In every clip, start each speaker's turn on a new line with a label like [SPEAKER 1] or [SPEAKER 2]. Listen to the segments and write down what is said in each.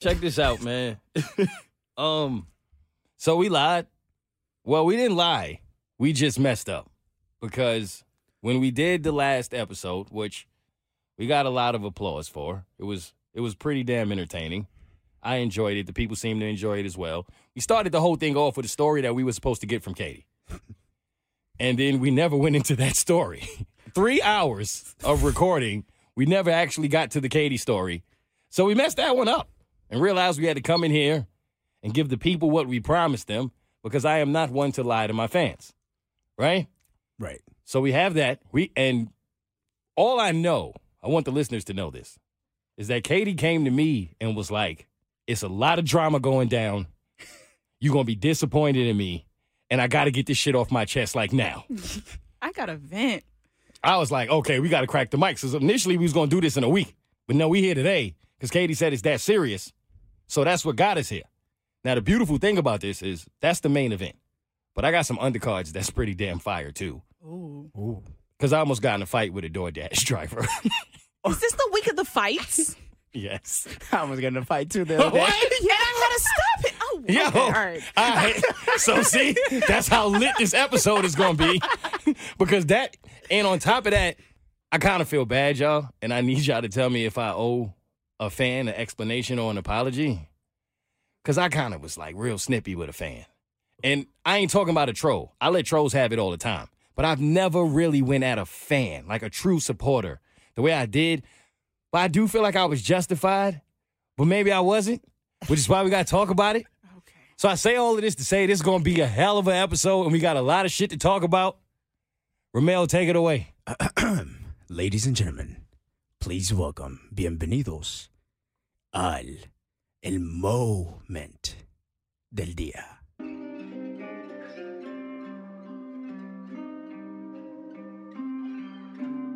[SPEAKER 1] Check this out, man. um, so we lied. Well, we didn't lie. We just messed up because when we did the last episode, which we got a lot of applause for, it was it was pretty damn entertaining. I enjoyed it. The people seemed to enjoy it as well. We started the whole thing off with a story that we were supposed to get from Katie, and then we never went into that story. Three hours of recording, we never actually got to the Katie story, so we messed that one up and realized we had to come in here and give the people what we promised them because I am not one to lie to my fans. Right?
[SPEAKER 2] Right.
[SPEAKER 1] So we have that. We and all I know, I want the listeners to know this, is that Katie came to me and was like, "It's a lot of drama going down. You're gonna be disappointed in me, and I got to get this shit off my chest like now."
[SPEAKER 3] I got a vent.
[SPEAKER 1] I was like, "Okay, we got to crack the mic." Because initially we was gonna do this in a week, but no, we here today because Katie said it's that serious. So that's what got us here. Now the beautiful thing about this is that's the main event, but I got some undercards that's pretty damn fire too.
[SPEAKER 3] Ooh.
[SPEAKER 2] Ooh.
[SPEAKER 1] Because I almost got in a fight with a DoorDash driver. Oh.
[SPEAKER 3] Is this the week of the fights?
[SPEAKER 1] yes.
[SPEAKER 2] I was getting to fight too the other day.
[SPEAKER 3] yeah, I gotta stop it. Oh,
[SPEAKER 1] Yo.
[SPEAKER 3] okay, all right.
[SPEAKER 1] All right. So see, that's how lit this episode is gonna be. because that and on top of that, I kind of feel bad, y'all, and I need y'all to tell me if I owe a fan an explanation or an apology. Cause I kind of was like real snippy with a fan. And I ain't talking about a troll. I let trolls have it all the time. But I've never really went at a fan, like a true supporter, the way I did. But I do feel like I was justified, but maybe I wasn't, which is why we gotta talk about it.
[SPEAKER 3] Okay.
[SPEAKER 1] So I say all of this to say this is going to be a hell of an episode, and we got a lot of shit to talk about. Ramel, take it away.
[SPEAKER 2] Ladies and gentlemen, please welcome, bienvenidos al el moment del día.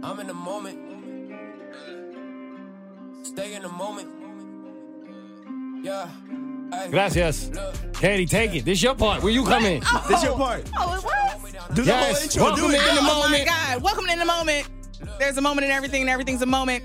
[SPEAKER 4] I'm in the moment. Stay in the moment. Yeah. Ay.
[SPEAKER 1] Gracias. Katie, take it. This your part. Where you come in?
[SPEAKER 2] This your part.
[SPEAKER 3] Oh, it was.
[SPEAKER 2] Do the whole
[SPEAKER 1] Yes.
[SPEAKER 2] intro.
[SPEAKER 1] Welcome
[SPEAKER 2] Do
[SPEAKER 1] in the
[SPEAKER 2] it.
[SPEAKER 3] Oh my
[SPEAKER 1] moment.
[SPEAKER 3] God! Welcome to the moment. There's a moment in everything, and everything's a moment.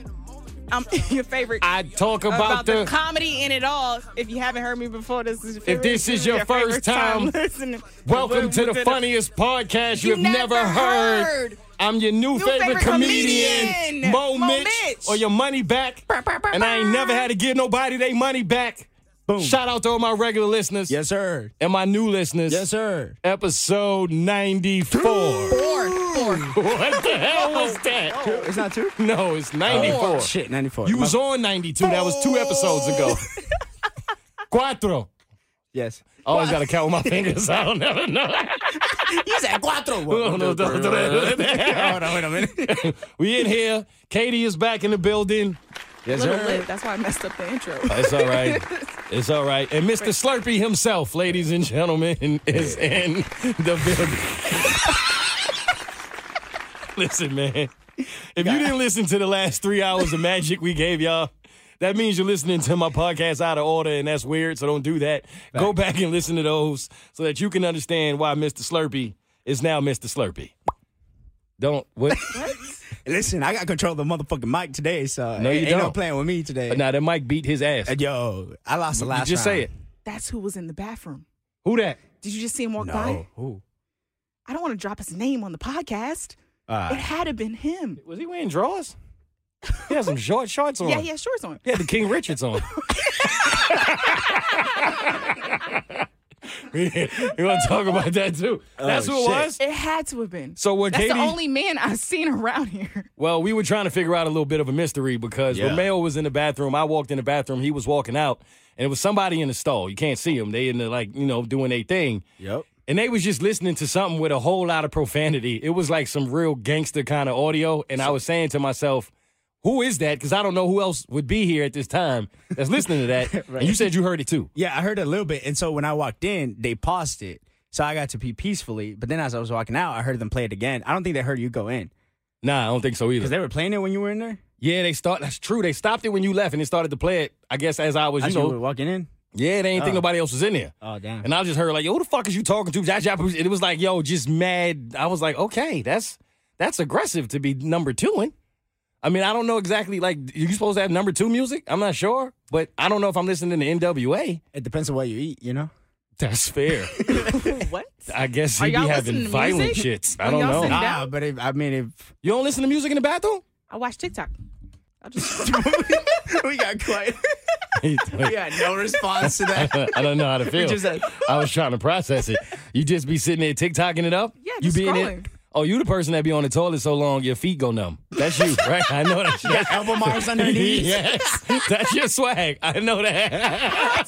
[SPEAKER 3] I'm your favorite.
[SPEAKER 1] I talk
[SPEAKER 3] about
[SPEAKER 1] about
[SPEAKER 3] the,
[SPEAKER 1] the.
[SPEAKER 3] comedy in it all. If you haven't heard me before, this is your favorite,
[SPEAKER 1] this is your first
[SPEAKER 3] favorite
[SPEAKER 1] time,
[SPEAKER 3] listening.
[SPEAKER 1] Welcome to the funniest podcast you've never heard. I'm your new favorite
[SPEAKER 3] favorite
[SPEAKER 1] comedian,
[SPEAKER 3] comedian,
[SPEAKER 1] Mo
[SPEAKER 3] Mo
[SPEAKER 1] Mitch,
[SPEAKER 3] Mitch.
[SPEAKER 1] or your money back. And I ain't never had to give nobody their money back.
[SPEAKER 2] Boom.
[SPEAKER 1] Shout out to all my regular listeners
[SPEAKER 2] Yes, sir.
[SPEAKER 1] and my new listeners.
[SPEAKER 2] Yes, sir.
[SPEAKER 1] Episode 94.
[SPEAKER 3] Four, four.
[SPEAKER 1] What the hell was that? Oh,
[SPEAKER 2] It's not two?
[SPEAKER 1] No, it's 94.
[SPEAKER 2] Shit, 94.
[SPEAKER 1] You
[SPEAKER 2] My-
[SPEAKER 1] was on 92. That was two episodes ago. Cuatro.
[SPEAKER 2] Yes.
[SPEAKER 1] Oh, I always got to count with my fingers. I don't never know.
[SPEAKER 2] You said cuatro.
[SPEAKER 1] Uno, dos, tres.
[SPEAKER 2] Hold on, wait a minute.
[SPEAKER 1] We in here. Katie is back in the building.
[SPEAKER 2] Yes,
[SPEAKER 3] Little lit.
[SPEAKER 2] sir.
[SPEAKER 3] That's why I messed up the intro.
[SPEAKER 1] It's all right. It's all right. And Mr. Slurpee himself, ladies and gentlemen, is in the building. listen, man. If you didn't listen to the last three hours of magic we gave y'all, that means you're listening to my podcast out of order, and that's weird, so don't do that. Go back and listen to those so that you can understand why Mr. Slurpee is now Mr. Slurpee. Don't what
[SPEAKER 2] Listen, I got control of the motherfucking mic today, so
[SPEAKER 1] No, you
[SPEAKER 2] ain't no
[SPEAKER 1] don't.
[SPEAKER 2] playing with me today.
[SPEAKER 1] now that Mike beat his ass.
[SPEAKER 2] And Yo, I lost the
[SPEAKER 1] You
[SPEAKER 2] last
[SPEAKER 1] just say it.
[SPEAKER 3] That's who was in the bathroom.
[SPEAKER 1] Who that?
[SPEAKER 3] Did you just see him walk
[SPEAKER 2] No.
[SPEAKER 3] by?
[SPEAKER 2] Who?
[SPEAKER 3] I don't want to drop his name on the podcast. It
[SPEAKER 2] Uh,
[SPEAKER 3] had to been him.
[SPEAKER 1] Was he wearing drawers? He had some short shorts on.
[SPEAKER 3] Yeah, he had shorts on.
[SPEAKER 1] He had the King Richards on. we want to talk about that too.
[SPEAKER 3] Oh,
[SPEAKER 1] That's who it
[SPEAKER 2] shit.
[SPEAKER 1] was.
[SPEAKER 3] It had to have been.
[SPEAKER 1] So when
[SPEAKER 3] That's
[SPEAKER 1] Katie,
[SPEAKER 3] the only man I've seen around here.
[SPEAKER 1] well, we were trying to figure out a little bit of a mystery because
[SPEAKER 2] Yeah.
[SPEAKER 1] Romeo was in the bathroom. I walked in the bathroom. He was walking out, and it was somebody in the stall. You can't see them. They in the like you know doing their thing.
[SPEAKER 2] yep.
[SPEAKER 1] And they was just listening to something with a whole lot of profanity. It was like some real gangster kind of audio. And I was saying to myself, who is that? Because I don't know who else would be here at this time that's listening to that. And you said you heard it too.
[SPEAKER 2] Yeah, I heard a little bit. And so when I walked in, they paused it. So I got to pee peacefully. But then as I was walking out, I heard them play it again. I don't think they heard you go in
[SPEAKER 1] Nah, I don't think so either.
[SPEAKER 2] because they were playing it when you were in there.
[SPEAKER 1] yeah, they start. That's true. They stopped it when you left and they started to play it, I guess, as I was, you
[SPEAKER 2] As you
[SPEAKER 1] know.
[SPEAKER 2] were walking in.
[SPEAKER 1] Yeah, they ain't
[SPEAKER 2] Ah.
[SPEAKER 1] think nobody else was in there.
[SPEAKER 2] Oh damn.
[SPEAKER 1] And I just heard like, yo, who the fuck is you talking to? Jack Jack- And it was like, yo, just mad. I was like, okay, that's that's aggressive to be number two in. I mean, I don't know exactly. Like, you supposed to have number two music? I'm not sure, but I don't know if I'm listening to NWA.
[SPEAKER 2] It depends on what you eat, you know?
[SPEAKER 1] That's fair.
[SPEAKER 3] what?
[SPEAKER 1] I guess
[SPEAKER 3] Are
[SPEAKER 1] he be
[SPEAKER 3] y'all
[SPEAKER 1] having
[SPEAKER 3] listening to
[SPEAKER 1] violent
[SPEAKER 3] music?
[SPEAKER 1] shits. I
[SPEAKER 3] When
[SPEAKER 1] don't
[SPEAKER 3] y'all
[SPEAKER 1] know.
[SPEAKER 3] sitting down?
[SPEAKER 2] Nah, but if, I mean, if
[SPEAKER 1] You don't listen to music in the bathroom?
[SPEAKER 3] I watch TikTok. I just
[SPEAKER 2] we got quiet,
[SPEAKER 1] I
[SPEAKER 2] yeah, no response to that.
[SPEAKER 1] don't know how to feel.
[SPEAKER 2] just said-
[SPEAKER 1] I was trying to process it. You just be sitting there TikToking it up.
[SPEAKER 3] Yeah,
[SPEAKER 1] you
[SPEAKER 3] just
[SPEAKER 1] be in it-
[SPEAKER 3] scrolling.
[SPEAKER 1] Oh, you the person that be on the toilet so long your feet go numb. That's you, right? I know that's you.
[SPEAKER 2] Elbow marks under
[SPEAKER 1] yes, that's your swag. I know that.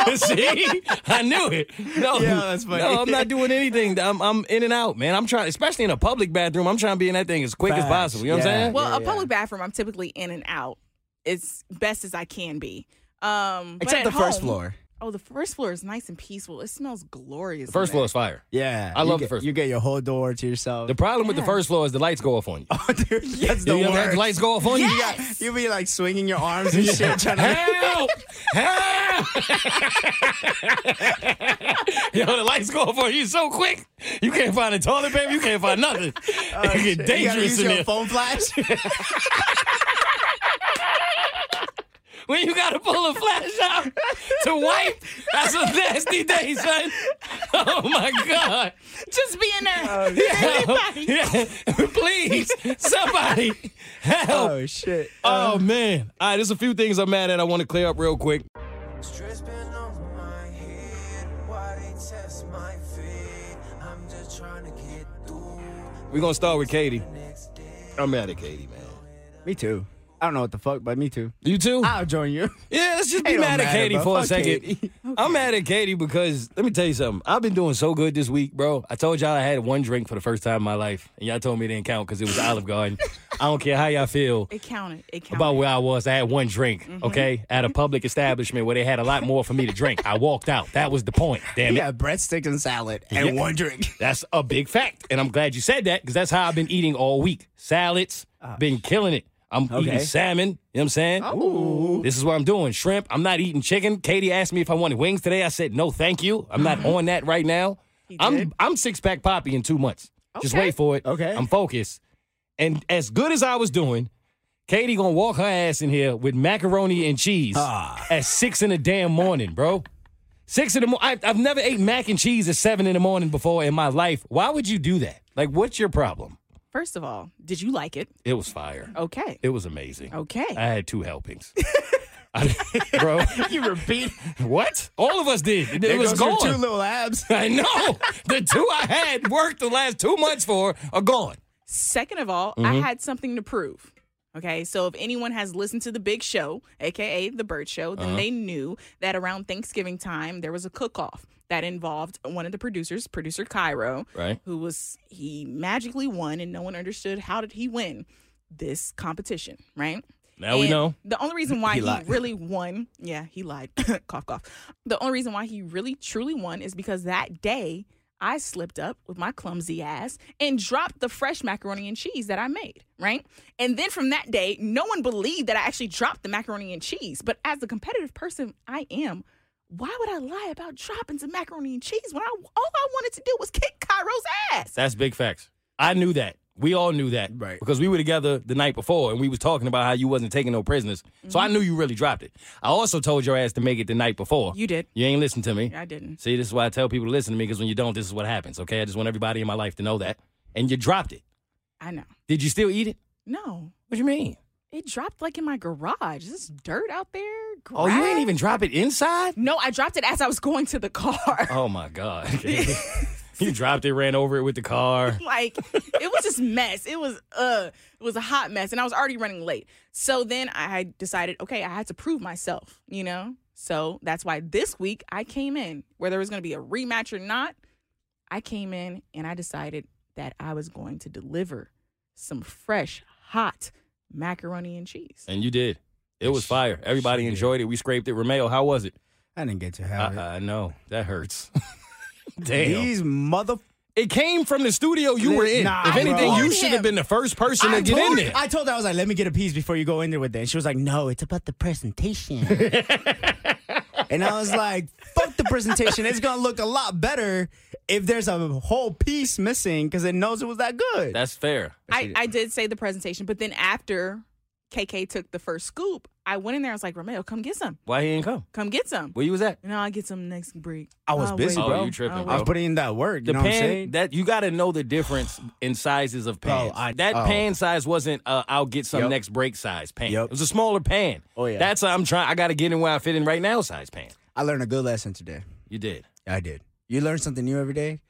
[SPEAKER 1] See, I knew it. No,
[SPEAKER 2] Yeah, that's funny.
[SPEAKER 1] no, I'm not doing anything. I'm, I'm in and out, man. I'm trying, especially in a public bathroom. I'm trying to be in that thing as quick as
[SPEAKER 2] Facts.
[SPEAKER 1] possible. You know what I'm
[SPEAKER 2] Yeah.
[SPEAKER 1] saying?
[SPEAKER 3] well, a
[SPEAKER 2] yeah.
[SPEAKER 3] public bathroom. I'm typically in and out as best as I can be. Um, but
[SPEAKER 2] Except
[SPEAKER 3] at
[SPEAKER 2] the first
[SPEAKER 3] home-
[SPEAKER 2] floor.
[SPEAKER 3] Oh, the first floor is nice and peaceful. It smells glorious. in
[SPEAKER 1] first
[SPEAKER 3] there.
[SPEAKER 1] floor is fire.
[SPEAKER 2] Yeah,
[SPEAKER 1] I
[SPEAKER 2] you
[SPEAKER 1] love the
[SPEAKER 2] get-
[SPEAKER 1] first
[SPEAKER 2] You get your whole door to yourself.
[SPEAKER 1] The problem with the
[SPEAKER 3] Yeah.
[SPEAKER 1] first floor is the lights go off on you.
[SPEAKER 2] Dude, that's Oh, the
[SPEAKER 1] you ever have
[SPEAKER 2] worst.
[SPEAKER 1] the lights go off on you?
[SPEAKER 3] Yes.
[SPEAKER 2] You be like swinging your arms and shit, trying to.
[SPEAKER 1] Help! Help! Yo, the lights go off on you so quick. You can't find a toilet paper. You can't find nothing. it
[SPEAKER 2] Oh, shit.
[SPEAKER 1] get
[SPEAKER 2] You gotta
[SPEAKER 1] dangerous
[SPEAKER 2] use
[SPEAKER 1] in
[SPEAKER 2] your
[SPEAKER 1] there.
[SPEAKER 2] phone flash.
[SPEAKER 1] When you gotta pull a flash out to wipe, that's a nasty day, son. Oh my god.
[SPEAKER 3] Just be in there. Anybody?
[SPEAKER 1] Oh, Yeah. Please, somebody help.
[SPEAKER 2] oh shit.
[SPEAKER 1] Oh man. All right, there's a few things I'm mad at I want to clear up real quick.
[SPEAKER 4] Stress been on my head. Why they test my feet? I'm just trying to get through.
[SPEAKER 1] We're gonna start with Katie. I'm mad at Katie, man.
[SPEAKER 2] me too. I don't know what the fuck, but me too.
[SPEAKER 1] You too?
[SPEAKER 2] I'll join you.
[SPEAKER 1] Yeah, let's just be
[SPEAKER 2] It don't
[SPEAKER 1] mad at
[SPEAKER 2] matter,
[SPEAKER 1] Katie
[SPEAKER 2] bro.
[SPEAKER 1] for a
[SPEAKER 2] Fuck
[SPEAKER 1] second.
[SPEAKER 2] Katie.
[SPEAKER 1] I'm mad at Katie because let me tell you something. I've been doing so good this week, bro. I told y'all I had one drink for the first time in my life, and y'all told me it didn't count because it was Olive Garden. I don't care how y'all feel
[SPEAKER 3] It counted. It counted.
[SPEAKER 1] about where I was. I had one drink,
[SPEAKER 2] Mm-hmm.
[SPEAKER 1] okay, at a public establishment where they had a lot more for me to drink. I walked out. That was the point. Damn it.
[SPEAKER 2] Yeah, breadsticks and salad and
[SPEAKER 1] Yeah.
[SPEAKER 2] one drink.
[SPEAKER 1] That's a big fact. And I'm glad you said that because that's how I've been eating all week. Salads, been killing it. I'm eating
[SPEAKER 2] Ah. Okay. Oh.
[SPEAKER 1] salmon. You know what I'm saying? This is what I'm doing. Shrimp. I'm not eating chicken. Katie asked me if I wanted wings today. I said, no, thank you. I'm not on that right now. I'm I'm six pack poppy in two months. Just
[SPEAKER 3] Okay.
[SPEAKER 1] wait for it.
[SPEAKER 2] Okay.
[SPEAKER 1] I'm focused. And as good as I was doing, Katie gonna walk her ass in here with macaroni and cheese at six in the damn morning, bro. Six in the morning. I've never ate mac and cheese at seven in the morning before in my life. Why would you do that? Like, what's your problem?
[SPEAKER 3] First of all, did you like it?
[SPEAKER 1] It was fire.
[SPEAKER 3] Okay.
[SPEAKER 1] It was amazing.
[SPEAKER 3] Okay.
[SPEAKER 1] I had two helpings. I- bro,
[SPEAKER 2] You repeat.
[SPEAKER 1] what? All of us did. It,
[SPEAKER 2] There
[SPEAKER 1] was
[SPEAKER 2] goes your
[SPEAKER 1] gone.
[SPEAKER 2] Two little abs.
[SPEAKER 1] I know. The two I had worked the last two months for are gone.
[SPEAKER 3] Second of all, I had something to prove. Okay, so if anyone has listened to the big show, aka the Bird Show, then they knew that around Thanksgiving time there was a cook-off that involved one of the producers, producer Cairo,
[SPEAKER 1] Right.
[SPEAKER 3] who was he magically won, and no one understood how did he win this competition, right?
[SPEAKER 1] Now we
[SPEAKER 3] And
[SPEAKER 1] know.
[SPEAKER 3] The only reason why
[SPEAKER 2] He
[SPEAKER 3] he,
[SPEAKER 2] lied.
[SPEAKER 3] really won, yeah, he lied. cough, cough. The only reason why he really truly won is because that day I slipped up with my clumsy ass and dropped the fresh macaroni and cheese that I made, right? And then from that day, no one believed that I actually dropped the macaroni and cheese. But as the competitive person I am, why would I lie about dropping some macaroni and cheese when I all I wanted to do was kick Cairo's ass?
[SPEAKER 1] That's big facts. I knew that. We all knew that.
[SPEAKER 2] Right.
[SPEAKER 1] Because we were together the night before and we was talking about how you wasn't taking no prisoners. So I knew you really dropped it. I also told your ass to make it the night before.
[SPEAKER 3] You did.
[SPEAKER 1] You ain't listen to me.
[SPEAKER 3] I didn't.
[SPEAKER 1] See, this is why I tell people to listen to me because when you don't, this is what happens. Okay. I just want everybody in my life to know that. And you dropped it.
[SPEAKER 3] I know.
[SPEAKER 1] Did you still eat it?
[SPEAKER 3] No.
[SPEAKER 1] What you mean?
[SPEAKER 3] It dropped like in my garage. There's dirt out there.
[SPEAKER 1] Oh, you
[SPEAKER 3] grass.
[SPEAKER 1] ain't even drop it inside?
[SPEAKER 3] No, I dropped it as I was going to the car.
[SPEAKER 1] Oh my God. you dropped it, ran over it with the car.
[SPEAKER 3] like it was just mess. It was uh it was a hot mess and I was already running late. So then I had decided, okay, I had to prove myself, you know? So that's why this week I came in, whether it was gonna be a rematch or not, I came in and I decided that I was going to deliver some fresh, hot macaroni and cheese.
[SPEAKER 1] And you did. It was fire. Everybody enjoyed it. We scraped it. Romeo, how was it?
[SPEAKER 2] I didn't get to
[SPEAKER 1] I,
[SPEAKER 2] have it.
[SPEAKER 1] I know. Uh, That hurts. Damn.
[SPEAKER 2] These mother.
[SPEAKER 1] It came from the studio you were in.
[SPEAKER 2] Nah,
[SPEAKER 1] if anything,
[SPEAKER 2] bro.
[SPEAKER 1] you should have been the first person to
[SPEAKER 2] I
[SPEAKER 1] get
[SPEAKER 2] told,
[SPEAKER 1] in
[SPEAKER 2] her-
[SPEAKER 1] there.
[SPEAKER 2] I told her I was like, let me get a piece before you go in there with that. And she was like, no, it's about the presentation. and I was like, fuck the presentation. It's gonna look a lot better if there's a whole piece missing because it knows it was that good.
[SPEAKER 1] That's fair.
[SPEAKER 3] I, I did say the presentation, but then after KK took the first scoop, I went in there. I was like, Romeo, come get some.
[SPEAKER 1] Why he didn't come?
[SPEAKER 3] Come get some.
[SPEAKER 1] Where you was at?
[SPEAKER 3] No, I'll get some next break.
[SPEAKER 2] I was
[SPEAKER 3] I'll
[SPEAKER 2] busy,
[SPEAKER 3] wait.
[SPEAKER 1] Oh,
[SPEAKER 2] bro.
[SPEAKER 1] you tripping,
[SPEAKER 3] Oh,
[SPEAKER 2] I was
[SPEAKER 1] bro?
[SPEAKER 2] putting in that work. You
[SPEAKER 1] The
[SPEAKER 2] know what I'm
[SPEAKER 1] pan
[SPEAKER 2] saying?
[SPEAKER 1] that you got to know the difference in sizes of pans.
[SPEAKER 2] I-
[SPEAKER 1] that
[SPEAKER 2] oh.
[SPEAKER 1] pan size wasn't uh, I'll get some
[SPEAKER 2] Yup.
[SPEAKER 1] next break size pan.
[SPEAKER 2] Yup.
[SPEAKER 1] It was a smaller pan.
[SPEAKER 2] Oh, yeah.
[SPEAKER 1] That's how I'm trying. I got to get in where I fit in right now size pan.
[SPEAKER 2] I learned a good lesson today.
[SPEAKER 1] You did.
[SPEAKER 2] I did. You learn something new every day.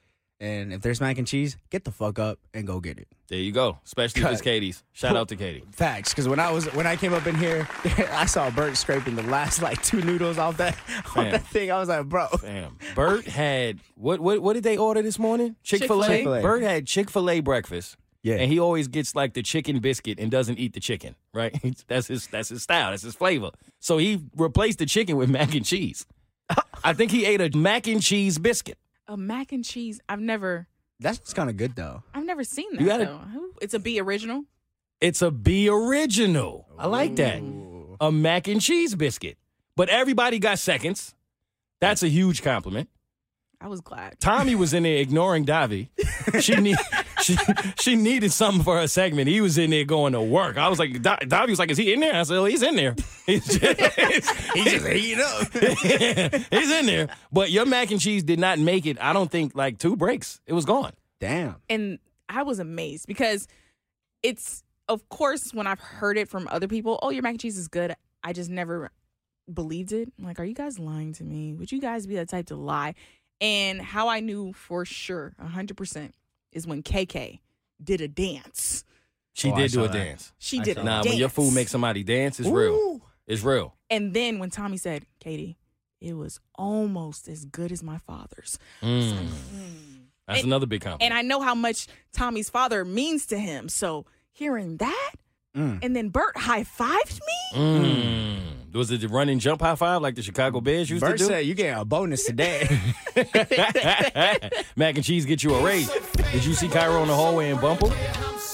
[SPEAKER 2] And if there's mac and cheese, get the fuck up and go get it.
[SPEAKER 1] There you go. Especially if it's
[SPEAKER 2] Cut.
[SPEAKER 1] Katie's. Shout out to Katie.
[SPEAKER 2] Facts, because when I was when I came up in here, I saw Bert scraping the last like two noodles off that off
[SPEAKER 1] Fam.
[SPEAKER 2] that thing. I was like, bro,
[SPEAKER 1] Damn. Bert had what what what did they order this morning? Chick-fil-A.
[SPEAKER 2] Chick-fil-A.
[SPEAKER 1] Bert had Chick-fil-A breakfast.
[SPEAKER 2] Yeah.
[SPEAKER 1] And he always gets like the chicken biscuit and doesn't eat the chicken, right? that's his that's his style. That's his flavor. So he replaced the chicken with mac and cheese. I think he ate a mac and cheese biscuit.
[SPEAKER 3] A mac and cheese. I've never,
[SPEAKER 2] that's kind of good though.
[SPEAKER 3] I've never seen that.
[SPEAKER 1] You gotta-
[SPEAKER 3] though. Who- It's a B original.
[SPEAKER 1] It's a B original. I like that. A mac and cheese biscuit. But everybody got seconds. That's a huge compliment.
[SPEAKER 3] I was glad.
[SPEAKER 1] Tommy was in there ignoring Davi. She need, she she needed something for her segment. He was in there going to work. I was like, Da- Davi was like, "Is he in there?" I said, "Oh, "He's in there. He's,
[SPEAKER 2] He just ate it up.
[SPEAKER 1] he's in there." But your mac and cheese did not make it. I don't think like two breaks. It was gone.
[SPEAKER 2] Damn.
[SPEAKER 3] and I was amazed because it's of course when I've heard it from other people, oh your mac and cheese is good. I just never believed it. I'm like, are you guys lying to me? Would you guys be that type to lie? And how I knew for sure, hundred percent, is when KK did a dance.
[SPEAKER 1] She
[SPEAKER 2] Oh, I
[SPEAKER 1] did do
[SPEAKER 2] saw
[SPEAKER 1] a
[SPEAKER 2] that.
[SPEAKER 1] dance.
[SPEAKER 3] She
[SPEAKER 2] I
[SPEAKER 3] did
[SPEAKER 2] saw
[SPEAKER 3] a
[SPEAKER 2] that.
[SPEAKER 1] Nah,
[SPEAKER 3] dance.
[SPEAKER 1] when your food makes somebody dance, it's real.
[SPEAKER 2] Ooh.
[SPEAKER 1] It's real.
[SPEAKER 3] And then when Tommy said, Katie, it was almost as good as my father's.
[SPEAKER 1] Mm. That's another big compliment.
[SPEAKER 3] And I know how much Tommy's father means to him. So hearing that,
[SPEAKER 2] Mm.
[SPEAKER 3] and then Bert high fived me.
[SPEAKER 1] Mm. Was it the run and jump high five like the Chicago Bears used to
[SPEAKER 2] Bert
[SPEAKER 1] do?
[SPEAKER 2] said you get a bonus today.
[SPEAKER 1] Mac and cheese get you a raise. Did you see Cairo in the hallway and bump him?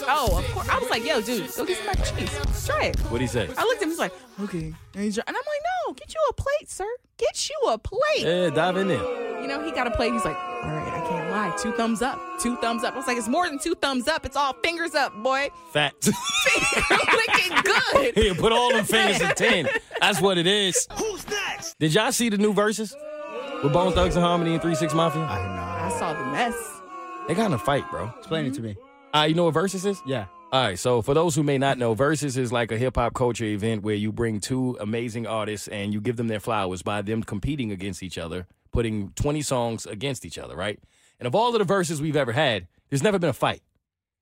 [SPEAKER 3] Oh, of course. I was like, yo, dude, go get some mac and cheese. Try it.
[SPEAKER 1] What'd he say?
[SPEAKER 3] I looked at him, he's like, okay. And he's- and I'm like, no, get you a plate, sir. Get you a plate.
[SPEAKER 1] Yeah, Eh, dive in there.
[SPEAKER 3] You know, he got a plate. He's like, all right, I can't lie. Two thumbs up. Two thumbs up. I was like, it's more than two thumbs up. It's all fingers up, boy.
[SPEAKER 1] Fat.
[SPEAKER 3] Looking good.
[SPEAKER 1] Here, put all them fingers in 10. That's what it is. Who's next? Did y'all see the new verses? With Bone Thugs and Harmony and 3 6 Mafia?
[SPEAKER 2] I know.
[SPEAKER 3] I saw the mess.
[SPEAKER 1] They got in a fight, bro.
[SPEAKER 2] Explain it to me.
[SPEAKER 1] Uh, you know what Versus is?
[SPEAKER 2] Yeah.
[SPEAKER 1] All right, so for those who may not know, Versus is like a hip hop culture event where you bring two amazing artists and you give them their flowers by them competing against each other, putting 20 songs against each other, right? And of all of the verses we've ever had, there's never been a fight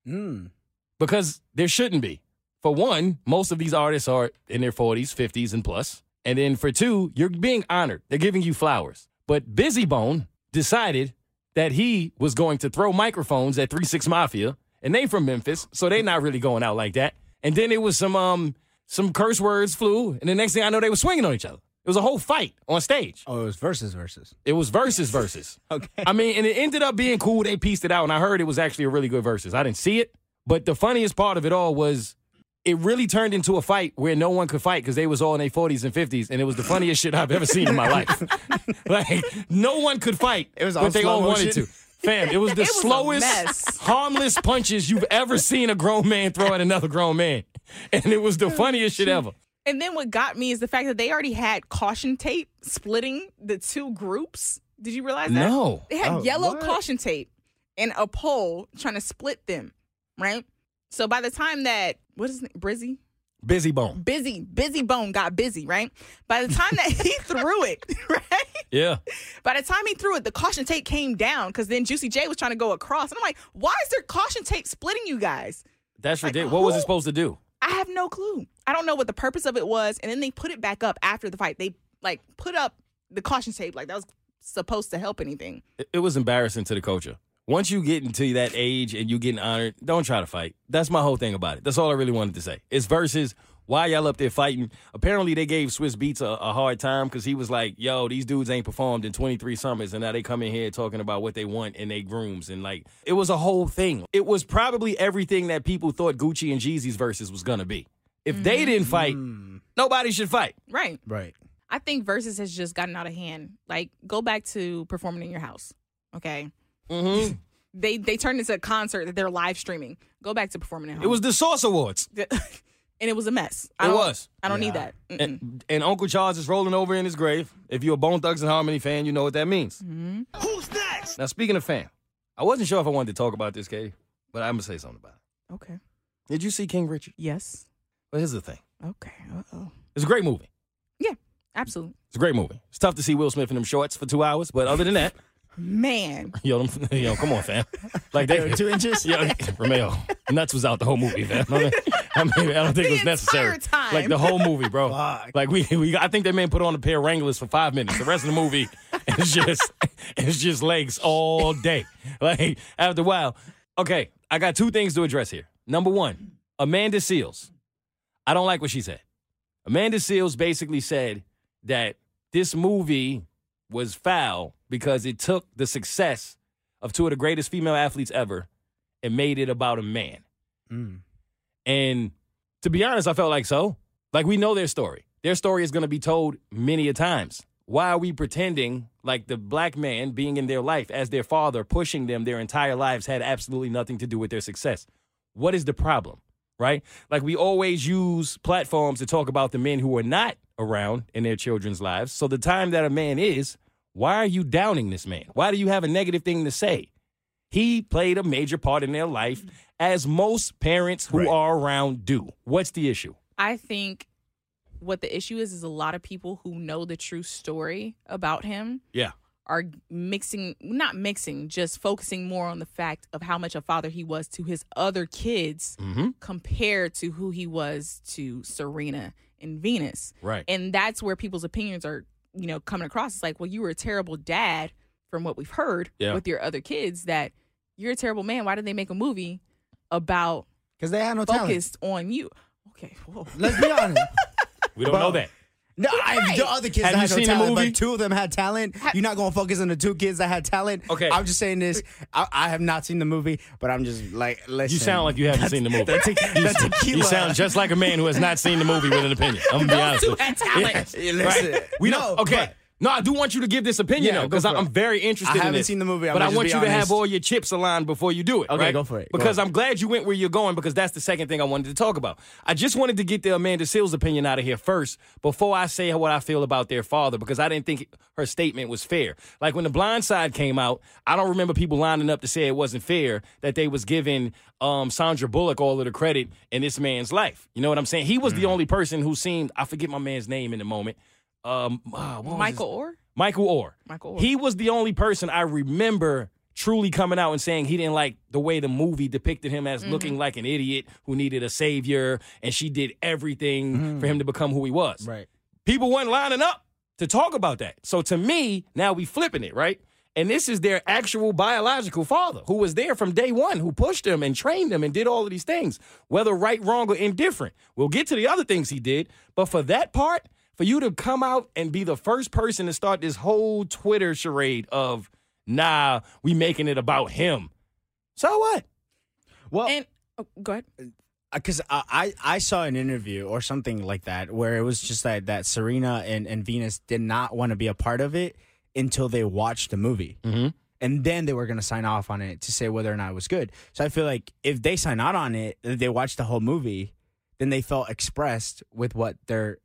[SPEAKER 2] Mm.
[SPEAKER 1] because there shouldn't be. For one, most of these artists are in their 40s, 50s, and plus. And then for two, you're being honored. They're giving you flowers. But Busybone decided that he was going to throw microphones at 3 6 Mafia, and they from Memphis, so they're not really going out like that. And then it was some um some curse words flew, and the next thing I know, they were swinging on each other. It was a whole fight on stage.
[SPEAKER 2] Oh, it was versus versus.
[SPEAKER 1] It was versus versus.
[SPEAKER 2] Okay.
[SPEAKER 1] I mean, and it ended up being cool. They pieced it out, and I heard it was actually a really good versus. I didn't see it, but the funniest part of it all was it really turned into a fight where no one could fight because they was all in their forties and fifties, and it was the funniest shit I've ever seen in my life. like no one could fight,
[SPEAKER 2] It was all
[SPEAKER 1] but they
[SPEAKER 2] slow
[SPEAKER 1] all wanted
[SPEAKER 2] motion.
[SPEAKER 1] to. Fam, it was the
[SPEAKER 3] It was a mess.
[SPEAKER 1] slowest, harmless punches you've ever seen a grown man throw at another grown man, and it was the funniest shit ever.
[SPEAKER 3] And then what got me is the fact that they already had caution tape splitting the two groups. Did you realize that?
[SPEAKER 1] No.
[SPEAKER 3] They had
[SPEAKER 2] Oh,
[SPEAKER 3] yellow
[SPEAKER 2] what?
[SPEAKER 3] caution tape and a pole trying to split them, right? So by the time that what is it, Brizzy?
[SPEAKER 1] Busy bone.
[SPEAKER 3] Busy, busy bone got busy, right? By the time that he threw it, right?
[SPEAKER 1] Yeah.
[SPEAKER 3] By the time he threw it, the caution tape came down because then Juicy J was trying to go across. And I'm like, why is there caution tape splitting you guys?
[SPEAKER 1] That's ridiculous. What was it
[SPEAKER 3] who-
[SPEAKER 1] supposed to do?
[SPEAKER 3] I have no clue. I don't know what the purpose of it was. And then they put it back up after the fight. They like put up the caution tape, like that was supposed to help anything.
[SPEAKER 1] it- it was embarrassing to the culture. Once you get into that age and you getting honored, don't try to fight. That's my whole thing about it. That's all I really wanted to say. It's versus why y'all up there fighting. Apparently, they gave Swiss Beats a, a hard time because he was like, "Yo, these dudes ain't performed in 23 summers, and now they come in here talking about what they want and they grooms and like it was a whole thing. It was probably everything that people thought Gucci and Jeezy's versus was gonna be. If they didn't fight, nobody should fight.
[SPEAKER 3] Right.
[SPEAKER 2] Right.
[SPEAKER 3] I think Versus has just gotten out of hand. Like, go back to performing in your house. Okay.
[SPEAKER 1] hmm
[SPEAKER 3] They they turned into a concert that they're live streaming. Go back to performing at home.
[SPEAKER 1] It was the Source Awards.
[SPEAKER 3] and it was a mess. I
[SPEAKER 1] It
[SPEAKER 3] don't-
[SPEAKER 1] was.
[SPEAKER 3] I don't need
[SPEAKER 2] Yeah.
[SPEAKER 3] that. Mm-mm.
[SPEAKER 1] And, and Uncle Charles is rolling over in his grave. If you're a Bone Thugs and Harmony fan, you know what that means.
[SPEAKER 3] Mm-hmm.
[SPEAKER 4] Who's next?
[SPEAKER 1] Now, speaking of fan, I wasn't sure if I wanted to talk about this, Katie, but I'm gonna say something about it.
[SPEAKER 3] Okay.
[SPEAKER 1] Did you see King Richard?
[SPEAKER 3] Yes.
[SPEAKER 1] Well, here's the thing.
[SPEAKER 3] Okay. Uh oh.
[SPEAKER 1] It's a great movie.
[SPEAKER 3] Absolutely.
[SPEAKER 1] It's a great movie. It's tough to see Will Smith in them shorts for two hours, but other than that,
[SPEAKER 3] Man.
[SPEAKER 1] yo, them, yo, come on, fam. Like they,
[SPEAKER 2] Two inches.
[SPEAKER 1] yo, Romeo, nuts was out the whole movie, fam. I, mean, I, mean, I don't think it was
[SPEAKER 3] The
[SPEAKER 1] necessary.
[SPEAKER 3] entire time.
[SPEAKER 1] Like the whole movie, bro.
[SPEAKER 2] Fuck.
[SPEAKER 1] Like we, we, I think that man put on a pair of Wranglers for five minutes. The rest of the movie is just, it's just legs all day. Like after a while, okay, I got two things to address here. Number one, Amanda Seals. I don't like what she said. Amanda Seals basically said that this movie was foul because it took the success of two of the greatest female athletes ever and made it about a man.
[SPEAKER 2] Mm.
[SPEAKER 1] And to be honest, I felt like so. Like we know their story. Their story is going to be told many a times. Why are we pretending like the black man being in their life as their father pushing them their entire lives had absolutely nothing to do with their success? What is the problem? Right? Like we always use platforms to talk about the men who are not around in their children's lives. So the time that a man is, why are you downing this man? Why do you have a negative thing to say? He played a major part in their life, as most parents who
[SPEAKER 2] Right.
[SPEAKER 1] are around do. What's the issue?
[SPEAKER 3] I think what the issue is is a lot of people who know the true story about him
[SPEAKER 1] Yeah.
[SPEAKER 3] are mixing not mixing just focusing more on the fact of how much a father he was to his other kids
[SPEAKER 1] Mm-hmm.
[SPEAKER 3] compared to who he was to Serena and Venus
[SPEAKER 1] Right.
[SPEAKER 3] and that's where people's opinions are you know coming across it's like well you were a terrible dad from what we've heard
[SPEAKER 1] Yeah.
[SPEAKER 3] with your other kids that you're a terrible man why did they make a movie about
[SPEAKER 2] Because they had no talent.
[SPEAKER 3] focused on you okay whoa.
[SPEAKER 2] Let's be honest.
[SPEAKER 1] we don't
[SPEAKER 2] Bro.
[SPEAKER 1] know that.
[SPEAKER 2] No, I, the other kids
[SPEAKER 1] Have you
[SPEAKER 2] that had no
[SPEAKER 1] seen the
[SPEAKER 2] talent,
[SPEAKER 1] movie?
[SPEAKER 2] but two of them had talent. You're not gonna focus on the two kids that had talent.
[SPEAKER 1] Okay.
[SPEAKER 2] I'm just saying this. I, I have not seen the movie, but I'm just like, listen.
[SPEAKER 1] You sound like you haven't seen the movie.
[SPEAKER 2] That, te- that tequila.
[SPEAKER 1] You sound just like a man who has not seen the movie with an opinion. I'm gonna be honest.
[SPEAKER 3] two
[SPEAKER 1] with you.
[SPEAKER 3] had talent
[SPEAKER 2] Yeah, listen.
[SPEAKER 1] Right. We
[SPEAKER 2] no,
[SPEAKER 1] know. Okay.
[SPEAKER 2] but-
[SPEAKER 1] No, I do want you to give this opinion
[SPEAKER 2] Yeah,
[SPEAKER 1] though,
[SPEAKER 2] go
[SPEAKER 1] because
[SPEAKER 2] for it.
[SPEAKER 1] I'm very interested.
[SPEAKER 2] I
[SPEAKER 1] in
[SPEAKER 2] haven't
[SPEAKER 1] this.
[SPEAKER 2] seen the movie. I'm
[SPEAKER 1] but I
[SPEAKER 2] gonna just
[SPEAKER 1] want
[SPEAKER 2] be
[SPEAKER 1] you to have
[SPEAKER 2] honest.
[SPEAKER 1] all your chips aligned before you do it.
[SPEAKER 2] Okay,
[SPEAKER 1] right?
[SPEAKER 2] go for it. Go
[SPEAKER 1] Because
[SPEAKER 2] ahead.
[SPEAKER 1] I'm glad you went where you're going, because that's the second thing I wanted to talk about. I just wanted to get the Amanda Seals opinion out of here first before I say what I feel about their father, because I didn't think her statement was fair. Like when The Blind Side came out, I don't remember people lining up to say it wasn't fair that they was giving um, Sandra Bullock all of the credit in this man's life. You know what I'm saying? He was the only person who seemed I forget my man's name in the moment. Um, ah, what was his-
[SPEAKER 3] michael orr
[SPEAKER 1] Michael Orr.
[SPEAKER 3] Michael Orr.
[SPEAKER 1] He was the only person I remember truly coming out and saying he didn't like the way the movie depicted him as looking like an idiot who needed a savior, and she did everything for him to become who he was.
[SPEAKER 2] Right.
[SPEAKER 1] People weren't lining up to talk about that. So to me, now we flipping it, right? And this is their actual biological father who was there from day one, who pushed them and trained them and did all of these things, whether right, wrong, or indifferent. We'll get to the other things he did, but for that part, for you to come out and be the first person to start this whole Twitter charade of, nah, we making it about him. So what?
[SPEAKER 2] Well,
[SPEAKER 3] and oh, go ahead
[SPEAKER 2] because Uh, I, I I saw an interview or something like that where it was just that that Serena and, and Venus did not want to be a part of it until they watched the movie,
[SPEAKER 3] Mm-hmm.
[SPEAKER 1] Mhm.
[SPEAKER 2] and then they were going to sign off on it to say whether or not it was good. So I feel like if they sign out on it, if they watched the whole movie, then they felt expressed with what their,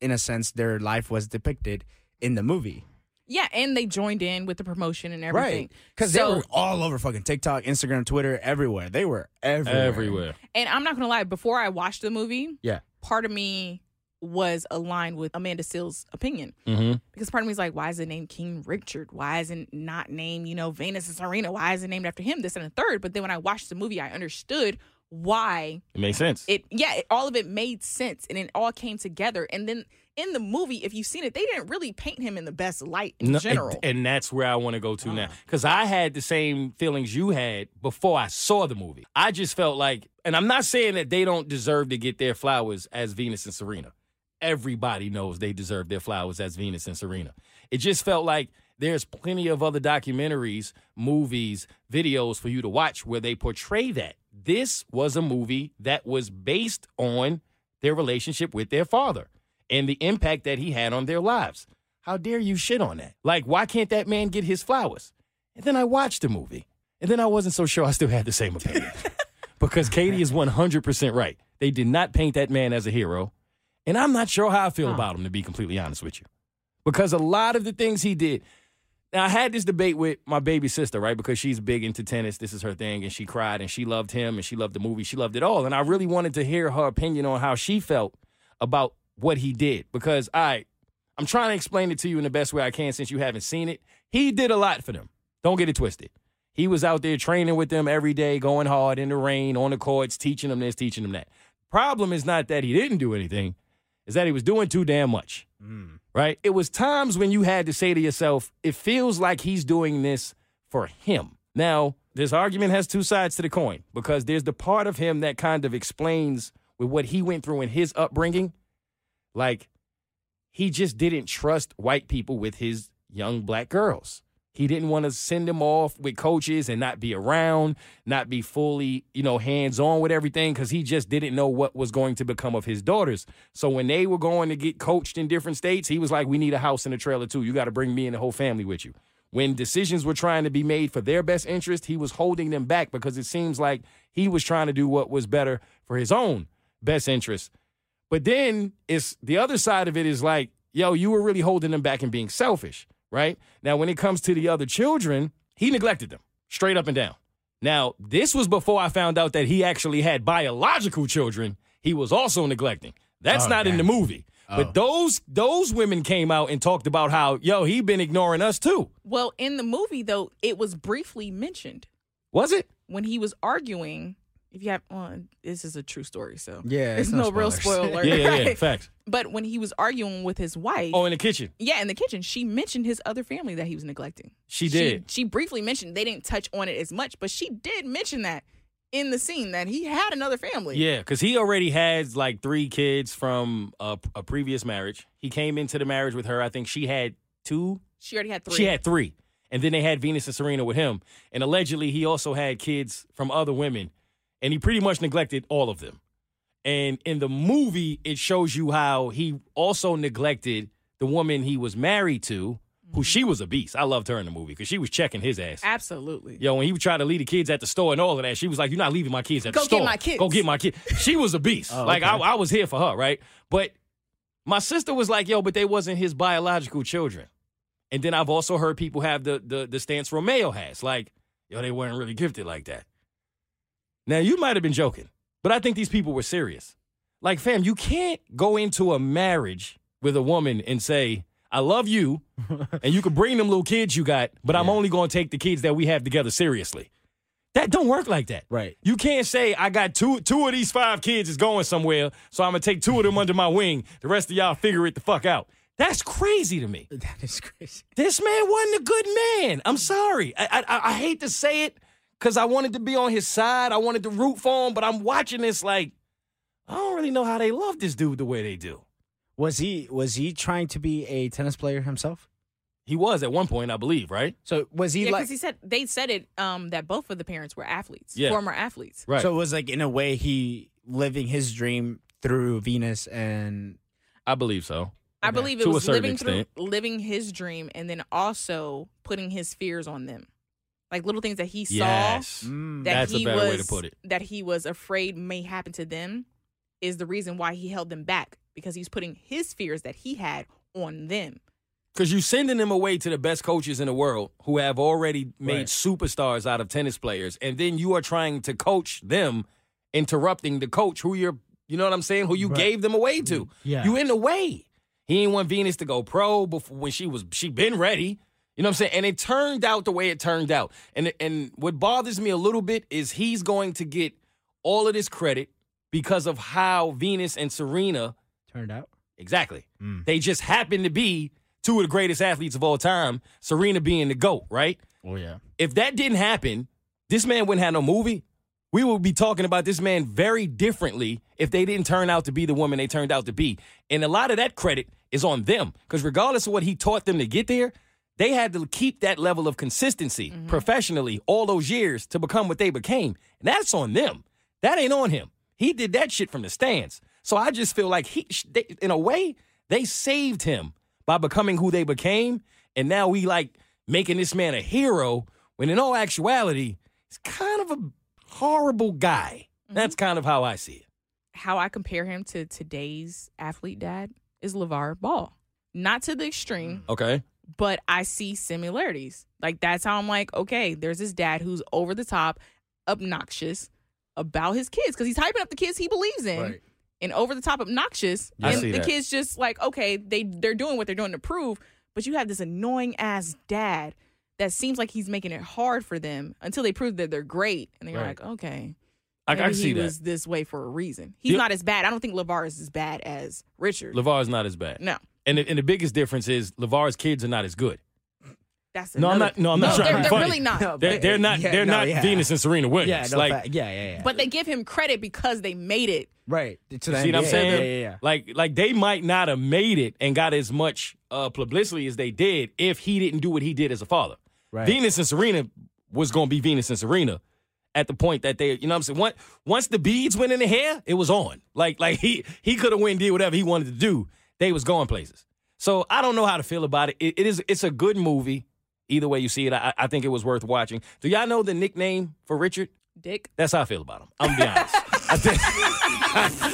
[SPEAKER 2] in a sense, their life was depicted in the movie,
[SPEAKER 3] yeah and they joined in with the promotion and everything
[SPEAKER 2] Because
[SPEAKER 3] So-
[SPEAKER 2] they were all over fucking TikTok, Instagram, Twitter, everywhere. They were everywhere.
[SPEAKER 3] and i'm not gonna lie before i watched the movie
[SPEAKER 2] Yeah.
[SPEAKER 3] part of me was aligned with amanda seals opinion
[SPEAKER 1] Mm-hmm.
[SPEAKER 3] because part of me is like, why is it named King Richard? Why is it not named, you know, Venus and Serena? Why is it named after him? This and a third. But then when I watched the movie, I understood why
[SPEAKER 1] It makes sense.
[SPEAKER 3] it, yeah, it, all of it made sense and it all came together. And then in the movie, if you've seen it, they didn't really paint him in the best light in
[SPEAKER 1] No, and-
[SPEAKER 3] general.
[SPEAKER 1] And, that's where I want to go to now.
[SPEAKER 3] Ah.
[SPEAKER 1] Because I had the same feelings you had before I saw the movie. I just felt like, and I'm not saying that they don't deserve to get their flowers as Venus and Serena. Everybody knows they deserve their flowers as Venus and Serena. It just felt like there's plenty of other documentaries, movies, videos for you to watch where they portray that. This was a movie that was based on their relationship with their father and the impact that he had on their lives. How dare you shit on that? Like, why can't that man get his flowers? And then I watched the movie. And then I wasn't so sure I still had the same opinion. because Katie is 100% right. They did not paint that man as a hero. And I'm not sure how I feel about him, to be completely honest with you. Because a lot of the things he did. Now, I had this debate with my baby sister, right? Because she's big into tennis. This is her thing. And she cried and she loved him and she loved the movie. She loved it all. And I really wanted to hear her opinion on how she felt about what he did. Because I, I'm trying to explain it to you in the best way I can since you haven't seen it. He did a lot for them. Don't get it twisted. He was out there training with them every day, going hard in the rain, on the courts, teaching them this, teaching them that. Problem is not that he didn't do anything, is that he was doing too damn much. Right? It was times when you had to say to yourself, it feels like he's doing this for him. Now, this argument has two sides to the coin because there's the part of him that kind of explains with what he went through in his upbringing. Like, he just didn't trust white people with his young black girls. He didn't want to send them off with coaches and not be around, not be fully, you know, hands on with everything because he just didn't know what was going to become of his daughters. So when they were going to get coached in different states, he was like, We need a house and a trailer too. You got to bring me and the whole family with you. When decisions were trying to be made for their best interest, he was holding them back because it seems like he was trying to do what was better for his own best interest. But then it's the other side of it is like, yo, you were really holding them back and being selfish, right? Now, when it comes to the other children, he neglected them straight up and down. Now, this was before I found out that he actually had biological children. He was also neglecting. That's
[SPEAKER 2] Oh,
[SPEAKER 1] not in the
[SPEAKER 2] damn.
[SPEAKER 1] movie. But those those women came out and talked about how, yo, he been ignoring us too.
[SPEAKER 3] Well, in the movie though, it was briefly mentioned
[SPEAKER 1] Was it?
[SPEAKER 3] when he was arguing. If you have, well, this is a true story, so
[SPEAKER 2] Yeah,
[SPEAKER 3] it's
[SPEAKER 2] it's
[SPEAKER 3] no,
[SPEAKER 2] no
[SPEAKER 3] real
[SPEAKER 2] spoilers.
[SPEAKER 3] spoiler.
[SPEAKER 1] Yeah, yeah, yeah.
[SPEAKER 3] right?
[SPEAKER 1] Facts.
[SPEAKER 3] But when he was arguing with his wife,
[SPEAKER 1] Oh, in the kitchen.
[SPEAKER 3] yeah, in the kitchen, she mentioned his other family that he was neglecting.
[SPEAKER 1] She did.
[SPEAKER 3] She, briefly mentioned they didn't touch on it as much, but she did mention that in the scene that he had another family.
[SPEAKER 1] Yeah, because he already had like three kids from a, a previous marriage. He came into the marriage with her. I think she had two.
[SPEAKER 3] She already had three.
[SPEAKER 1] She had three. And then they had Venus and Serena with him. And allegedly, he also had kids from other women. And he pretty much neglected all of them. And in the movie, it shows you how he also neglected the woman he was married to, who she was a beast. I loved her in the movie because she was checking his ass.
[SPEAKER 3] Absolutely.
[SPEAKER 1] Yo, when he would try to leave the kids at the store and all of that, she was like, "You're not leaving my kids at
[SPEAKER 3] Go
[SPEAKER 1] the
[SPEAKER 3] get
[SPEAKER 1] store.
[SPEAKER 3] my kids."
[SPEAKER 1] Go get my kids." She was a beast.
[SPEAKER 2] Oh,
[SPEAKER 1] like I,
[SPEAKER 2] okay.
[SPEAKER 1] I was here for her, right? But my sister was like, "Yo, but they wasn't his biological children." And then I've also heard people have the the, the stance Romeo has, like, "Yo, they weren't really gifted like that." Now you might have been joking, but I think these people were serious. Like, fam, you can't go into a marriage with a woman and say, I love you, and you can bring them little kids you got, but I'm only going to take the kids that we have together seriously. That don't work like that.
[SPEAKER 2] Right.
[SPEAKER 1] You can't say, I got two two of these five kids is going somewhere, so I'm going to take two of them under my wing. The rest of y'all figure it the fuck out. That's crazy to me.
[SPEAKER 2] That is crazy.
[SPEAKER 1] This man wasn't a good man. I'm sorry. I I, I hate to say it because I wanted to be on his side. I wanted to root for him, but I'm watching this like I don't really know how they love this dude the way they do.
[SPEAKER 2] Was he was he trying to be a tennis player himself?
[SPEAKER 1] He was at one point, I believe, right?
[SPEAKER 2] So was he
[SPEAKER 3] Yeah,
[SPEAKER 2] like
[SPEAKER 3] because he said they said it um, that both of the parents were athletes,
[SPEAKER 1] Yeah.
[SPEAKER 3] former athletes.
[SPEAKER 1] Right.
[SPEAKER 2] So it was like in a way he living his dream through Venus and
[SPEAKER 1] I believe so.
[SPEAKER 3] I
[SPEAKER 2] Okay.
[SPEAKER 3] believe it
[SPEAKER 1] To a
[SPEAKER 3] was
[SPEAKER 1] certain
[SPEAKER 3] living
[SPEAKER 1] extent.
[SPEAKER 3] through living his dream and then also putting his fears on them, like little things that he saw
[SPEAKER 1] Yes.
[SPEAKER 3] Mm, that
[SPEAKER 1] That's a
[SPEAKER 3] he
[SPEAKER 1] better
[SPEAKER 3] was
[SPEAKER 1] way to put it.
[SPEAKER 3] that he was afraid may happen to them, is the reason why he held them back because he's putting his fears that he had on them.
[SPEAKER 1] Because you're sending them away to the best coaches in the world who have already made
[SPEAKER 2] Right.
[SPEAKER 1] superstars out of tennis players, and then you are trying to coach them, interrupting the coach who you're, you know what I'm saying, who you
[SPEAKER 2] Right.
[SPEAKER 1] gave them away to.
[SPEAKER 2] Yeah.
[SPEAKER 1] You in the way. He didn't want Venus to go pro before when she was she been ready. You know what I'm saying? And it turned out the way it turned out. And and what bothers me a little bit is he's going to get all of this credit because of how Venus and Serena
[SPEAKER 2] turned out.
[SPEAKER 1] Exactly.
[SPEAKER 2] Mm.
[SPEAKER 1] They just happen to be two of the greatest athletes of all time, Serena being the GOAT, right?
[SPEAKER 2] Oh yeah.
[SPEAKER 1] If that didn't happen, this man wouldn't have no movie. We would be talking about this man very differently if they didn't turn out to be the woman they turned out to be. And a lot of that credit is on them because regardless of what he taught them to get there, they had to keep that level of consistency professionally all those years to become what they became. And that's on them. That ain't on him. He did that shit from the stands. So I just feel like he, sh- they, in a way, they saved him by becoming who they became, and now we like making this man a hero When in all actuality, he's kind of a horrible guy.
[SPEAKER 3] Mm-hmm.
[SPEAKER 1] That's kind of how I see it.
[SPEAKER 3] how I compare him to today's athlete dad is LeVar Ball. Not to the extreme,
[SPEAKER 1] Okay.
[SPEAKER 3] but I see similarities. Like that's how I'm like, okay, there's this dad who's over the top, obnoxious about his kids because he's hyping up the kids he believes in
[SPEAKER 2] Right.
[SPEAKER 3] and over the top obnoxious.
[SPEAKER 1] I
[SPEAKER 3] and
[SPEAKER 1] see
[SPEAKER 3] the
[SPEAKER 1] that.
[SPEAKER 3] kids just like, okay, they they're doing what they're doing to prove, but you have this annoying ass dad that seems like he's making it hard for them until they prove that they're great and they're
[SPEAKER 1] Right.
[SPEAKER 3] like, okay.
[SPEAKER 1] I, I
[SPEAKER 3] Maybe
[SPEAKER 1] can see
[SPEAKER 3] he
[SPEAKER 1] that.
[SPEAKER 3] was this way for a reason. He's
[SPEAKER 1] Yeah.
[SPEAKER 3] not as bad. I don't think Lavar is as bad as Richard.
[SPEAKER 1] LeVar's not as bad.
[SPEAKER 3] no,
[SPEAKER 1] And the, and the biggest difference is LeVar's kids are not as good.
[SPEAKER 3] that's
[SPEAKER 1] No, I'm
[SPEAKER 3] another-
[SPEAKER 1] not- no, I'm not
[SPEAKER 3] they're,
[SPEAKER 1] trying to be
[SPEAKER 3] they're
[SPEAKER 1] funny.
[SPEAKER 3] really not.
[SPEAKER 1] They're, they're not.
[SPEAKER 2] Yeah,
[SPEAKER 1] they're
[SPEAKER 2] no,
[SPEAKER 1] not
[SPEAKER 2] yeah.
[SPEAKER 1] Venus and Serena
[SPEAKER 2] Yeah,
[SPEAKER 1] Williams.
[SPEAKER 2] no,
[SPEAKER 1] like,
[SPEAKER 2] fact. yeah, yeah, yeah.
[SPEAKER 3] But they give him credit because they made it.
[SPEAKER 2] right. To the
[SPEAKER 1] see what I'm
[SPEAKER 2] NBA.
[SPEAKER 1] saying?
[SPEAKER 2] Yeah, yeah, yeah.
[SPEAKER 1] like, like they might not have made it and got as much uh, publicity as they did if he didn't do what he did as a father.
[SPEAKER 2] Right.
[SPEAKER 1] Venus and Serena was going to be Venus and Serena at the point that they, you know what I'm saying? Once, once the beads went in the hair, it was on. Like like he he could have went and did whatever he wanted to do. They was going places. So I don't know how to feel about it. It, it is it's a good movie. Either way you see it, I, I think it was worth watching. Do y'all know the nickname for Richard?
[SPEAKER 3] Dick.
[SPEAKER 1] That's how I feel about him. I'm gonna be honest. I think,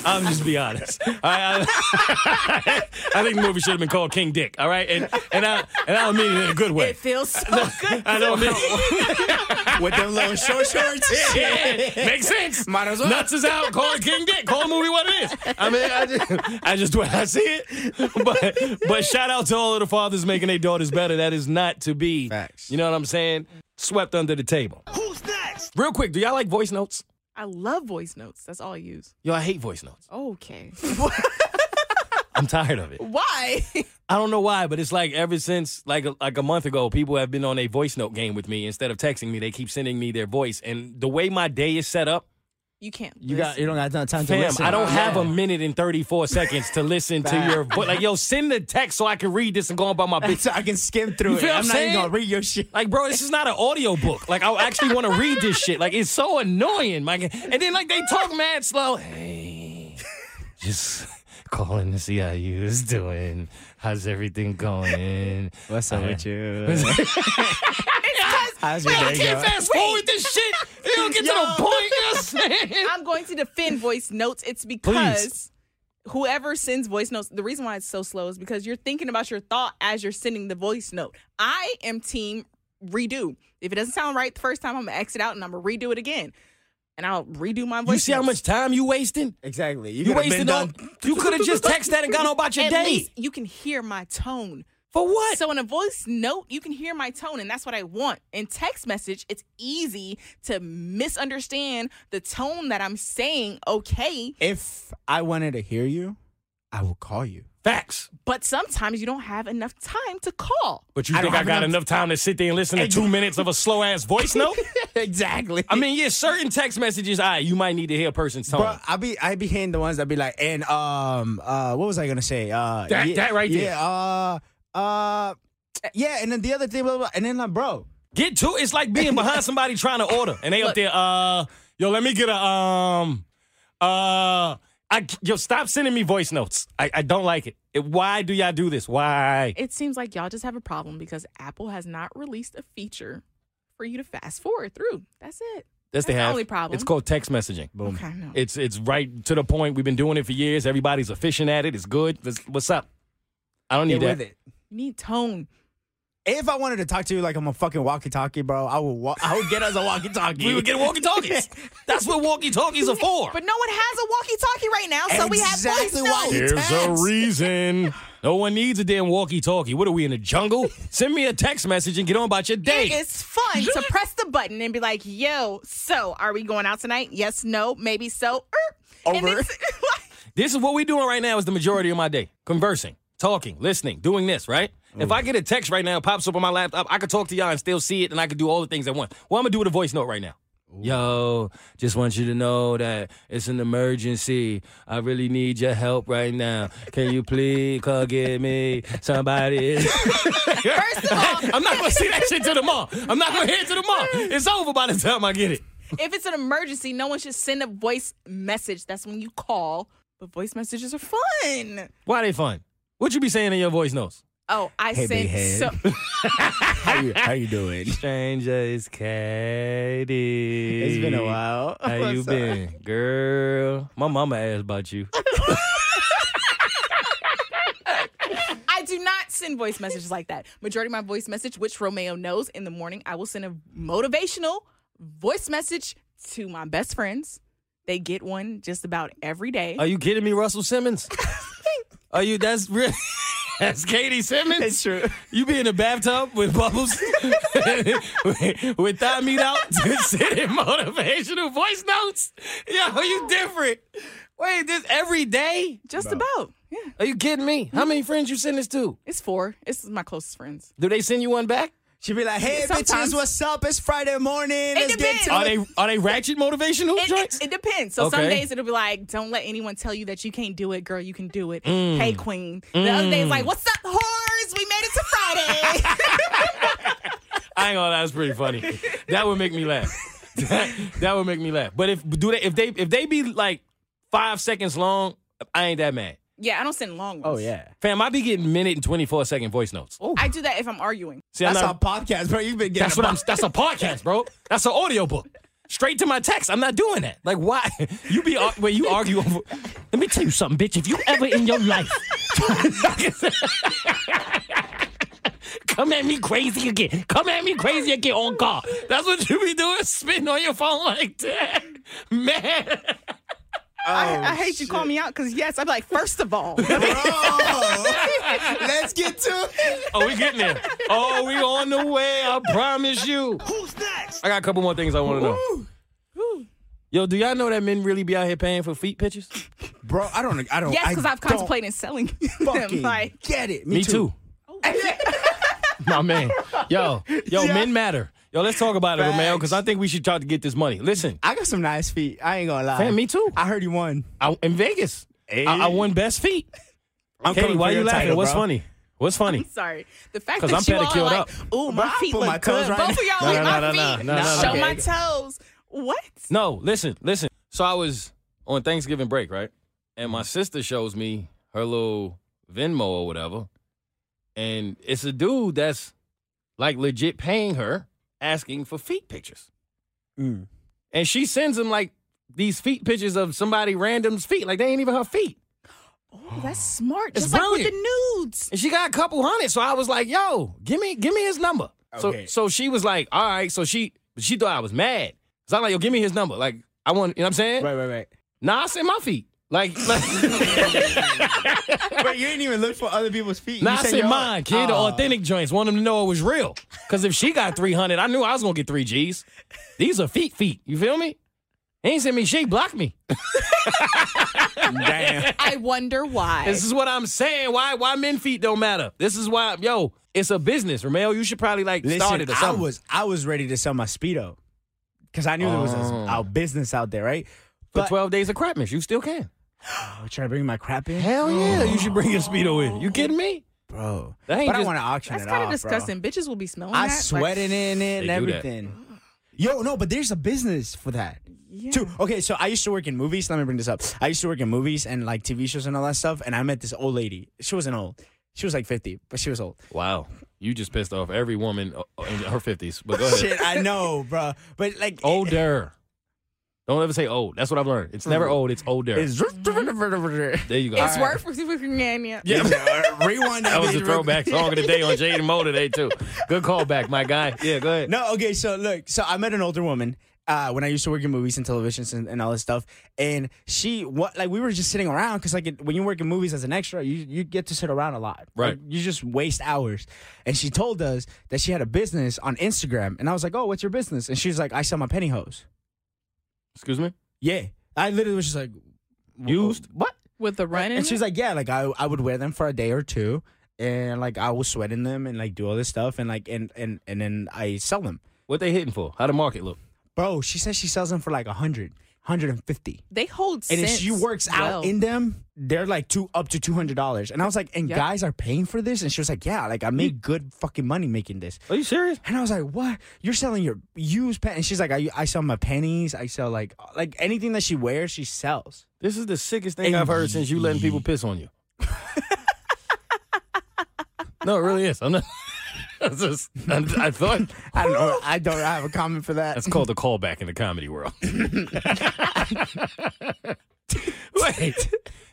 [SPEAKER 1] I, am just be honest. I, I, I think the movie should have been called King Dick. All right, and and I and I don't mean it in a good way.
[SPEAKER 3] It feels so good.
[SPEAKER 1] I don't mean.
[SPEAKER 2] With them little short shorts.
[SPEAKER 1] Yeah, makes sense.
[SPEAKER 2] Might as well.
[SPEAKER 1] Nuts is out. Call it King Dick. Call the movie what it is. I mean, I just, I just do it. I see it. But but shout out to all of the fathers making their daughters better. That is not to be.
[SPEAKER 2] Facts.
[SPEAKER 1] You know what I'm saying? Swept under the table. Who's next? Real quick, do y'all like voice notes?
[SPEAKER 3] I love voice notes. That's all I use.
[SPEAKER 1] Yo, I hate voice notes.
[SPEAKER 3] Okay.
[SPEAKER 1] I'm tired of it.
[SPEAKER 3] Why?
[SPEAKER 1] I don't know why, but it's like ever since like a, like a month ago, people have been on a voice note game with me. Instead of texting me, they keep sending me their voice. And the way my day is set up,
[SPEAKER 3] You can't.
[SPEAKER 2] You got. You don't got no time to
[SPEAKER 1] Fam,
[SPEAKER 2] listen.
[SPEAKER 1] I don't
[SPEAKER 2] Yeah.
[SPEAKER 1] have a minute and 34 seconds to listen to your voice. Like, yo, send the text so I can read this and go on by my bitch.
[SPEAKER 2] So I can skim through it.
[SPEAKER 1] feel what
[SPEAKER 2] I'm
[SPEAKER 1] I'm
[SPEAKER 2] not
[SPEAKER 1] saying?
[SPEAKER 2] even gonna read your shit.
[SPEAKER 1] Like, bro, this is not an audio book. Like, I actually want to read this shit. Like, it's so annoying. Like, and then, like, they talk mad slow. Hey, just calling to see how you is doing. How's everything going?
[SPEAKER 2] What's
[SPEAKER 1] up
[SPEAKER 2] up
[SPEAKER 1] with
[SPEAKER 2] with you? How's your
[SPEAKER 1] Man, I
[SPEAKER 2] day
[SPEAKER 1] can't
[SPEAKER 2] going?
[SPEAKER 1] fast forward this shit. You don't get to the point. You know what I'm saying?
[SPEAKER 3] I'm going to defend voice notes. It's because whoever sends voice notes, the reason why it's so slow is because you're thinking about your thought as you're sending the voice note. I am team redo. If it doesn't sound right the first time, I'm gonna exit out and I'm gonna redo it again. And I'll redo my voice.
[SPEAKER 1] You see how
[SPEAKER 3] notes.
[SPEAKER 1] much time you wasting?
[SPEAKER 2] Exactly.
[SPEAKER 1] You
[SPEAKER 2] coulda been
[SPEAKER 1] wasted all.
[SPEAKER 2] done.
[SPEAKER 1] You could have just texted that and gone on about your
[SPEAKER 3] At
[SPEAKER 1] day.
[SPEAKER 3] least you can hear my tone.
[SPEAKER 1] For what?
[SPEAKER 3] So in a voice note, you can hear my tone, and that's what I want. In text message, it's easy to misunderstand the tone that I'm saying. Okay,
[SPEAKER 2] If I wanted to hear you, I will call you.
[SPEAKER 1] Facts.
[SPEAKER 3] but sometimes you don't have enough time to call.
[SPEAKER 1] But you
[SPEAKER 2] I
[SPEAKER 1] think
[SPEAKER 2] don't
[SPEAKER 1] I
[SPEAKER 2] have
[SPEAKER 1] got
[SPEAKER 2] enough-
[SPEAKER 1] enough time to sit there and listen to two minutes of a slow ass voice note?
[SPEAKER 2] exactly.
[SPEAKER 1] I mean, yeah, certain text messages, I you might need to hear a person's tone.
[SPEAKER 2] Bro, I be I be hearing the ones that be like, and um, uh, what was I gonna say? Uh,
[SPEAKER 1] That-
[SPEAKER 2] yeah,
[SPEAKER 1] that right there.
[SPEAKER 2] Yeah, uh, uh, yeah, and then the other thing, blah, blah, blah, and then like, bro,
[SPEAKER 1] Get to it's like being behind somebody trying to order, and they up there. Uh, yo, let me get a um, uh, I yo stop sending me voice notes. I, I don't like it. it. Why do y'all do this? Why?
[SPEAKER 3] It seems like y'all just have a problem because Apple has not released a feature for you to fast forward through. That's it.
[SPEAKER 1] That's the
[SPEAKER 3] the
[SPEAKER 1] half.
[SPEAKER 3] only problem.
[SPEAKER 1] It's called text messaging. Boom.
[SPEAKER 3] Okay, no.
[SPEAKER 1] It's it's right to the point. We've been doing it for years. Everybody's efficient at it. It's good. Let's- What's up? I don't
[SPEAKER 2] get
[SPEAKER 1] need
[SPEAKER 2] with
[SPEAKER 1] that.
[SPEAKER 2] it.
[SPEAKER 3] You need tone.
[SPEAKER 2] If I wanted to talk to you like I'm a fucking walkie-talkie, bro, I would wa- I would get us a walkie-talkie.
[SPEAKER 1] We would get walkie talkies. That's what walkie talkies are for.
[SPEAKER 3] But no one has a walkie-talkie right now, so
[SPEAKER 2] Exactly
[SPEAKER 3] we have
[SPEAKER 2] why
[SPEAKER 3] voice
[SPEAKER 2] you-
[SPEAKER 1] There's
[SPEAKER 3] notes.
[SPEAKER 1] a
[SPEAKER 2] text.
[SPEAKER 1] reason. No one needs a damn walkie talkie. What are we in the jungle? Send me a text message and get on about your
[SPEAKER 3] It
[SPEAKER 1] day.
[SPEAKER 3] is fun to press the button and be like, "Yo, so are we going out tonight? Yes, no, maybe so." Er. And
[SPEAKER 2] Over.
[SPEAKER 3] it's, like,
[SPEAKER 1] This is what we're doing right now is the majority of my day. Conversing, talking, listening, doing this, right? If I get a text right now, it pops up on my laptop, I could talk to y'all and still see it and I could do all the things at once. Well, I'm gonna do with a voice note right now. Yo, just want you to know that it's an emergency. I really need your help right now. Can you please come get me? Somebody.
[SPEAKER 3] first of all,
[SPEAKER 1] I'm not gonna see that shit to the mall. I'm not gonna hear it to the mall. It's over by the time I get it.
[SPEAKER 3] if it's an emergency, no one should send a voice message. That's when you call. But voice messages are fun.
[SPEAKER 1] Why they fun? What you be saying in your voice notes?
[SPEAKER 3] Oh, I
[SPEAKER 2] Hey,
[SPEAKER 3] sent
[SPEAKER 2] big head.
[SPEAKER 3] so
[SPEAKER 2] How you how you doing?
[SPEAKER 1] Stranger is Katie.
[SPEAKER 2] It's been a while.
[SPEAKER 1] How you
[SPEAKER 2] What's up?
[SPEAKER 1] been, girl? My mama asked about you.
[SPEAKER 3] I do not send voice messages like that. Majority of my voice message, which Romeo knows, in the morning I will send a motivational voice message to my best friends. They get one just about every day.
[SPEAKER 2] Oh,
[SPEAKER 1] Are you kidding me, Russell Simmons? Are you? That's real. That's Katie Simmons.
[SPEAKER 2] It's true.
[SPEAKER 1] You be in a bathtub with bubbles, with, with thigh meat out, just sending motivational voice notes. Yo, you different. Wait, this every day?
[SPEAKER 3] just about. Yeah.
[SPEAKER 1] Are you kidding me? How many friends you send this to?
[SPEAKER 3] It's four. It's my closest friends.
[SPEAKER 1] Do they send you one back?
[SPEAKER 2] She'd be like, "Hey
[SPEAKER 3] Sometimes.
[SPEAKER 2] bitches, what's up? It's Friday morning. Let's
[SPEAKER 3] depends.
[SPEAKER 2] get to
[SPEAKER 1] Are
[SPEAKER 2] it."
[SPEAKER 1] they are they ratchet motivational
[SPEAKER 3] It,
[SPEAKER 1] joints?
[SPEAKER 3] it, it depends. So some
[SPEAKER 1] Okay.
[SPEAKER 3] days it'll be like, don't let anyone tell you that you can't do it, girl. You can do it.
[SPEAKER 1] Mm.
[SPEAKER 3] Hey, queen. The other day it's like, what's up, whores? We made it to Friday.
[SPEAKER 1] I ain't gonna lie, that's pretty funny. That would make me laugh. That, that would make me laugh. But if do they if they if they be like five seconds long, I ain't that mad.
[SPEAKER 3] yeah, I don't send long
[SPEAKER 2] oh
[SPEAKER 3] ones.
[SPEAKER 2] yeah.
[SPEAKER 1] Fam, I be getting minute and twenty four second voice notes.
[SPEAKER 3] I do that if I'm arguing.
[SPEAKER 1] See, I'm
[SPEAKER 2] That's
[SPEAKER 1] not-
[SPEAKER 2] our podcast, bro. You've been getting.
[SPEAKER 1] that's
[SPEAKER 2] a
[SPEAKER 1] what I'm. That's a podcast, bro. That's an audio book. Straight to my text. I'm not doing that. Like, why? You be ar- when you argue over. Let me tell you something, bitch. If you ever in your life come at me crazy again, come at me crazy again on call. That's what you be doing, spitting on your phone like that, man. Oh,
[SPEAKER 3] I, I hate you call me out because yes, I'm like, first of all,
[SPEAKER 2] Bro, let's get to it.
[SPEAKER 1] Oh, we getting there. Oh, we on the way. I promise you. Who's next? I got a couple more things I want to know. Yo, do y'all know that men really be out here paying for feet pictures?
[SPEAKER 2] Bro, I don't. I don't.
[SPEAKER 3] yes,
[SPEAKER 2] I
[SPEAKER 3] because I've
[SPEAKER 2] don't
[SPEAKER 3] contemplated selling them.
[SPEAKER 2] Fucking
[SPEAKER 3] Like,
[SPEAKER 2] get it.
[SPEAKER 1] Me too. My man. Yo, yo, men matter. Yo, let's talk about it, Romeo, because I think we should try to get this money. Listen,
[SPEAKER 2] I got some nice feet. I ain't gonna lie.
[SPEAKER 1] Fam, me too.
[SPEAKER 2] I heard you won.
[SPEAKER 1] I, in Vegas, I, I won best feet.
[SPEAKER 2] I'm
[SPEAKER 1] Katie,
[SPEAKER 2] coming for
[SPEAKER 1] why you
[SPEAKER 2] your
[SPEAKER 1] laughing?
[SPEAKER 2] title,
[SPEAKER 1] What's
[SPEAKER 2] bro.
[SPEAKER 1] funny? What's funny?
[SPEAKER 3] sorry, the fact
[SPEAKER 1] 'Cause
[SPEAKER 3] that
[SPEAKER 1] I'm
[SPEAKER 3] you all are
[SPEAKER 1] pedicure
[SPEAKER 3] like, ooh, my
[SPEAKER 2] Bro, I
[SPEAKER 3] feet
[SPEAKER 2] put
[SPEAKER 3] look
[SPEAKER 2] my toes
[SPEAKER 3] good.
[SPEAKER 2] right
[SPEAKER 3] Both of
[SPEAKER 2] in-
[SPEAKER 3] y'all
[SPEAKER 1] No,
[SPEAKER 3] like
[SPEAKER 1] no,
[SPEAKER 3] my
[SPEAKER 1] no, no,
[SPEAKER 3] feet.
[SPEAKER 1] no, no,
[SPEAKER 3] Show
[SPEAKER 2] okay.
[SPEAKER 3] my toes. What?
[SPEAKER 1] No, listen, listen. So I was on Thanksgiving break, right? And my sister shows me her little Venmo or whatever. And it's a dude that's like legit paying her asking for feet pictures.
[SPEAKER 2] Mm.
[SPEAKER 1] And she sends him like these feet pictures of somebody random's feet. Like they ain't even her feet.
[SPEAKER 3] Oh, that's smart.
[SPEAKER 1] It's
[SPEAKER 3] Just like with the nudes.
[SPEAKER 1] And she got a couple hundred. So I was like, yo, give me give me his number.
[SPEAKER 2] Okay.
[SPEAKER 1] So so she was like, all right. So she she thought I was mad. So I'm like, yo, give me his number. Like, I want, you know what I'm saying?
[SPEAKER 2] Right, right,
[SPEAKER 1] Nah, I sent my feet. Like, like
[SPEAKER 2] right. But you didn't even look for other people's feet.
[SPEAKER 1] Nah,
[SPEAKER 2] You
[SPEAKER 1] I
[SPEAKER 2] said
[SPEAKER 1] said
[SPEAKER 2] your-
[SPEAKER 1] mine, kid. The
[SPEAKER 2] Oh.
[SPEAKER 1] authentic joints. Want them to know it was real. Cause if she got three hundred, I knew I was gonna get three G's. These are feet, feet. You feel me? He ain't send me shit. Block me.
[SPEAKER 2] Damn.
[SPEAKER 3] I wonder why.
[SPEAKER 1] This is what I'm saying. Why? Why men feet don't matter? This is why. Yo, it's a business, Romeo. You should probably like start it
[SPEAKER 2] Listen,
[SPEAKER 1] or
[SPEAKER 2] I
[SPEAKER 1] something.
[SPEAKER 2] was I was ready to sell my speedo because I knew there was a,
[SPEAKER 1] Oh.
[SPEAKER 2] a business out there, right?
[SPEAKER 1] For
[SPEAKER 2] But-
[SPEAKER 1] twelve days of crapness, you still can.
[SPEAKER 2] Oh, should I bring my crap in,
[SPEAKER 1] Hell yeah, you should bring your speedo in. You kidding me?
[SPEAKER 2] bro?
[SPEAKER 1] That ain't
[SPEAKER 2] but I
[SPEAKER 1] just-
[SPEAKER 2] want to auction
[SPEAKER 3] that's
[SPEAKER 2] it off,
[SPEAKER 3] kind
[SPEAKER 2] bro.
[SPEAKER 3] of disgusting. Bitches will be smelling
[SPEAKER 2] I
[SPEAKER 3] that. like-
[SPEAKER 2] sweated in it and
[SPEAKER 1] They do that.
[SPEAKER 2] everything. Yo, no, but there's a business for that.
[SPEAKER 3] Yeah.
[SPEAKER 2] Too. Okay, so I used to work in movies. Let me bring this up. I used to work in movies and like TV shows and all that stuff. And I met this old lady. She wasn't old. She was like 50, but she was old.
[SPEAKER 1] Wow, you just pissed off every woman uh, in her fifties. But go ahead.
[SPEAKER 2] Shit, I know, bro. But like,
[SPEAKER 1] Older. Don't ever say old. That's what I've learned. It's never old. It's older.
[SPEAKER 2] it's.
[SPEAKER 1] there you go.
[SPEAKER 3] It's worth yeah, yeah.
[SPEAKER 2] Yeah, rewind
[SPEAKER 1] Mm-hmm. That was a throwback song of the day on Jaden Mo today too. Good callback, my guy. Yeah, go ahead.
[SPEAKER 2] No, okay, so look, so I met an older woman uh, when I used to work in movies and televisions and, and all this stuff, and she what like we were just sitting around because like it- when you work in movies as an extra, you you get to sit around a lot,
[SPEAKER 1] Right.
[SPEAKER 2] Like, you just waste hours, and she told us that she had a business on Instagram, and I was like, oh, what's your business? And she's like, I sell my pantyhose.
[SPEAKER 1] Excuse me.
[SPEAKER 2] Yeah, I literally was just like,
[SPEAKER 1] Used?
[SPEAKER 2] what?
[SPEAKER 3] with the running.
[SPEAKER 2] And she's like, yeah, like I I would wear them for a day or two, and like I will sweat in them and like do all this stuff, and like and and and then I sell them.
[SPEAKER 1] What they hitting for? How the market look?
[SPEAKER 2] Bro, she says she sells them for like 100, 150.
[SPEAKER 3] they hold.
[SPEAKER 2] And if
[SPEAKER 3] scents
[SPEAKER 2] she works out
[SPEAKER 3] well.
[SPEAKER 2] in them, they're like two up to two hundred dollars. And I was like, and
[SPEAKER 3] Yeah.
[SPEAKER 2] guys are paying for this? And she was like, Yeah, like I make good fucking money making this.
[SPEAKER 1] Are you serious?
[SPEAKER 2] And I was like, What? You're selling your used pants? And she's like, I, I sell my pennies, I sell like like anything that she wears, she sells.
[SPEAKER 1] This is the sickest thing I've heard since you letting people piss on you. No, it really is. I'm not. I, was just, I, I thought
[SPEAKER 2] I don't know. I don't have a comment for that.
[SPEAKER 1] that's called a callback in the comedy world. Wait.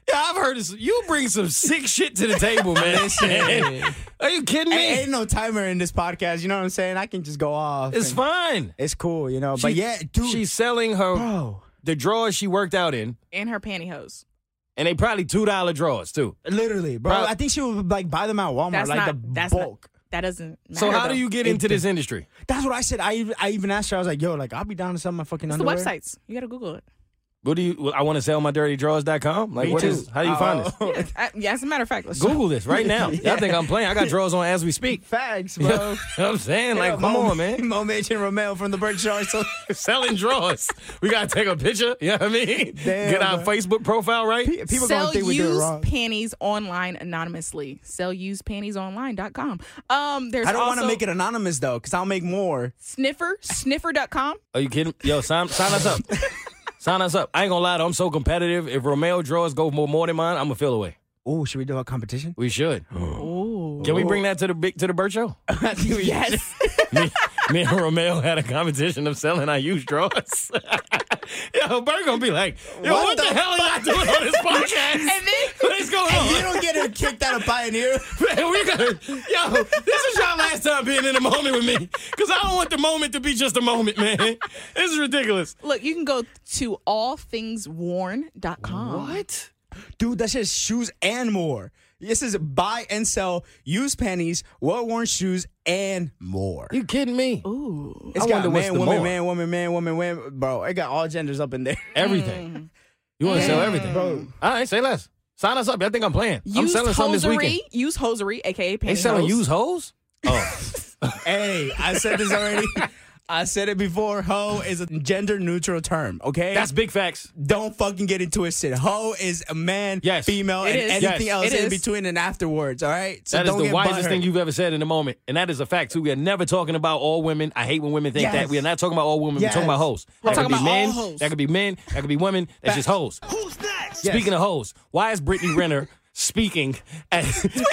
[SPEAKER 1] Yeah, I've heard this. You bring some sick shit to the table, man. Are you kidding
[SPEAKER 2] Hey, ain't
[SPEAKER 1] me?
[SPEAKER 2] no timer in this podcast. You know what I'm saying? I can just go off.
[SPEAKER 1] It's
[SPEAKER 2] and-
[SPEAKER 1] fine.
[SPEAKER 2] It's cool, you know. But
[SPEAKER 1] She-
[SPEAKER 2] yeah, dude,
[SPEAKER 1] She's selling her
[SPEAKER 2] bro,
[SPEAKER 1] the drawers she worked out in,
[SPEAKER 3] and her pantyhose.
[SPEAKER 1] and they probably two dollar drawers too.
[SPEAKER 2] literally, bro.
[SPEAKER 1] Bro.
[SPEAKER 2] I think she would like buy them at Walmart,
[SPEAKER 3] That's
[SPEAKER 2] Oh, like
[SPEAKER 3] not.
[SPEAKER 2] the
[SPEAKER 3] that's
[SPEAKER 2] bulk.
[SPEAKER 3] Not, that doesn't. Matter,
[SPEAKER 1] So how
[SPEAKER 3] though.
[SPEAKER 1] do you get
[SPEAKER 2] It
[SPEAKER 1] into this industry?
[SPEAKER 2] That's what I said. I even- I even asked her. I was like, yo, like I'll be down to sell my fucking
[SPEAKER 3] It's the
[SPEAKER 2] underwear.
[SPEAKER 3] websites. You gotta Google it.
[SPEAKER 1] What do you? well, I want to sell my dirty drawers.com. Like
[SPEAKER 2] Me
[SPEAKER 1] what
[SPEAKER 2] too.
[SPEAKER 1] is? How do you find
[SPEAKER 2] Oh,
[SPEAKER 1] this?
[SPEAKER 2] oh,
[SPEAKER 3] Yeah, I- yeah, as a matter of fact, let's
[SPEAKER 1] Google this right now.
[SPEAKER 2] Yeah.
[SPEAKER 1] Y'all think I'm playing? I got drawers on as we speak.
[SPEAKER 2] Facts,
[SPEAKER 1] You
[SPEAKER 2] bro.
[SPEAKER 1] know what I'm saying? Like,
[SPEAKER 2] Yeah,
[SPEAKER 1] come
[SPEAKER 2] Mo-
[SPEAKER 1] on, man.
[SPEAKER 2] Mo Mitch and Romeo from the Berkshire. So
[SPEAKER 1] Selling drawers. We gotta take a picture. You know what I mean?
[SPEAKER 2] Damn,
[SPEAKER 1] Get our
[SPEAKER 2] bro.
[SPEAKER 1] Facebook profile right.
[SPEAKER 2] people
[SPEAKER 3] Sell
[SPEAKER 2] gonna think we did it
[SPEAKER 3] used
[SPEAKER 2] wrong.
[SPEAKER 3] panties online anonymously. Sell used panties online.com. Um, there's
[SPEAKER 2] I don't want
[SPEAKER 3] also
[SPEAKER 2] to make it anonymous though, because I'll make more.
[SPEAKER 3] sniffer, sniffer.com.
[SPEAKER 1] Are you kidding? Yo, sign sign us up. sign us up. I ain't gonna lie, though, I'm so competitive. If Romeo drawers go more, more than mine, I'm gonna feel away.
[SPEAKER 2] Oh, should we do a competition?
[SPEAKER 1] We should.
[SPEAKER 3] Oh,
[SPEAKER 1] Can we bring that to the big to the bird show?
[SPEAKER 3] yes.
[SPEAKER 1] me, me and Romeo had a competition of selling our used drawers. yo, Bert gonna be like, yo, what,
[SPEAKER 2] What
[SPEAKER 1] the,
[SPEAKER 2] the
[SPEAKER 1] hell are y'all doing on this podcast?
[SPEAKER 3] and then
[SPEAKER 1] what is going
[SPEAKER 2] If you
[SPEAKER 1] on?
[SPEAKER 2] don't get her kicked out of Pioneer.
[SPEAKER 1] Man, we gotta, yo, this is y'all last time being in the moment with me. Cause I don't want the moment to be just a moment, man. This is ridiculous.
[SPEAKER 3] look, you can go to allthingsworn.com.
[SPEAKER 1] What?
[SPEAKER 2] Dude, that's just shoes and more. This is buy and sell used panties, well worn shoes, and more.
[SPEAKER 1] You kidding me?
[SPEAKER 3] Ooh.
[SPEAKER 2] It's
[SPEAKER 1] I
[SPEAKER 2] got
[SPEAKER 1] wonder
[SPEAKER 2] man,
[SPEAKER 1] what's the
[SPEAKER 2] woman,
[SPEAKER 1] more.
[SPEAKER 2] man, woman, man, woman, woman, bro. It got all genders up in there.
[SPEAKER 1] Everything. You wanna sell everything.
[SPEAKER 2] Bro.
[SPEAKER 1] All right, say less. Sign us up. Y'all think I'm playing. I'm
[SPEAKER 3] Used
[SPEAKER 1] selling something this
[SPEAKER 3] hosiery,
[SPEAKER 1] weekend.
[SPEAKER 3] used hosiery, aka pantyhose.
[SPEAKER 1] They selling used hoes? Oh.
[SPEAKER 2] hey, I said this already. I said it before. Ho is a gender neutral term. Okay,
[SPEAKER 1] That's big facts.
[SPEAKER 2] don't fucking get into it. Sid. Ho is a man,
[SPEAKER 1] Yes.
[SPEAKER 2] female,
[SPEAKER 3] It
[SPEAKER 2] and
[SPEAKER 3] is.
[SPEAKER 2] anything
[SPEAKER 1] Yes.
[SPEAKER 2] else
[SPEAKER 3] It
[SPEAKER 2] in
[SPEAKER 3] is.
[SPEAKER 2] between and afterwards. All right, so
[SPEAKER 1] That is
[SPEAKER 2] don't
[SPEAKER 1] the
[SPEAKER 2] get
[SPEAKER 1] wisest
[SPEAKER 2] butthurt.
[SPEAKER 1] thing you've ever said in a moment. And that is a fact, too. We are never talking about all women. I hate when women think that.
[SPEAKER 2] Yes.
[SPEAKER 1] We are not talking about all women.
[SPEAKER 2] Yes.
[SPEAKER 1] We're talking about hoes.
[SPEAKER 2] We're
[SPEAKER 1] that could
[SPEAKER 2] talking
[SPEAKER 1] be
[SPEAKER 2] about
[SPEAKER 1] men.
[SPEAKER 2] all hoes.
[SPEAKER 1] That could be men. That could be women. That's just hoes.
[SPEAKER 2] Yes.
[SPEAKER 1] Speaking of hoes, why is Brittany Renner speaking at,
[SPEAKER 3] Dion!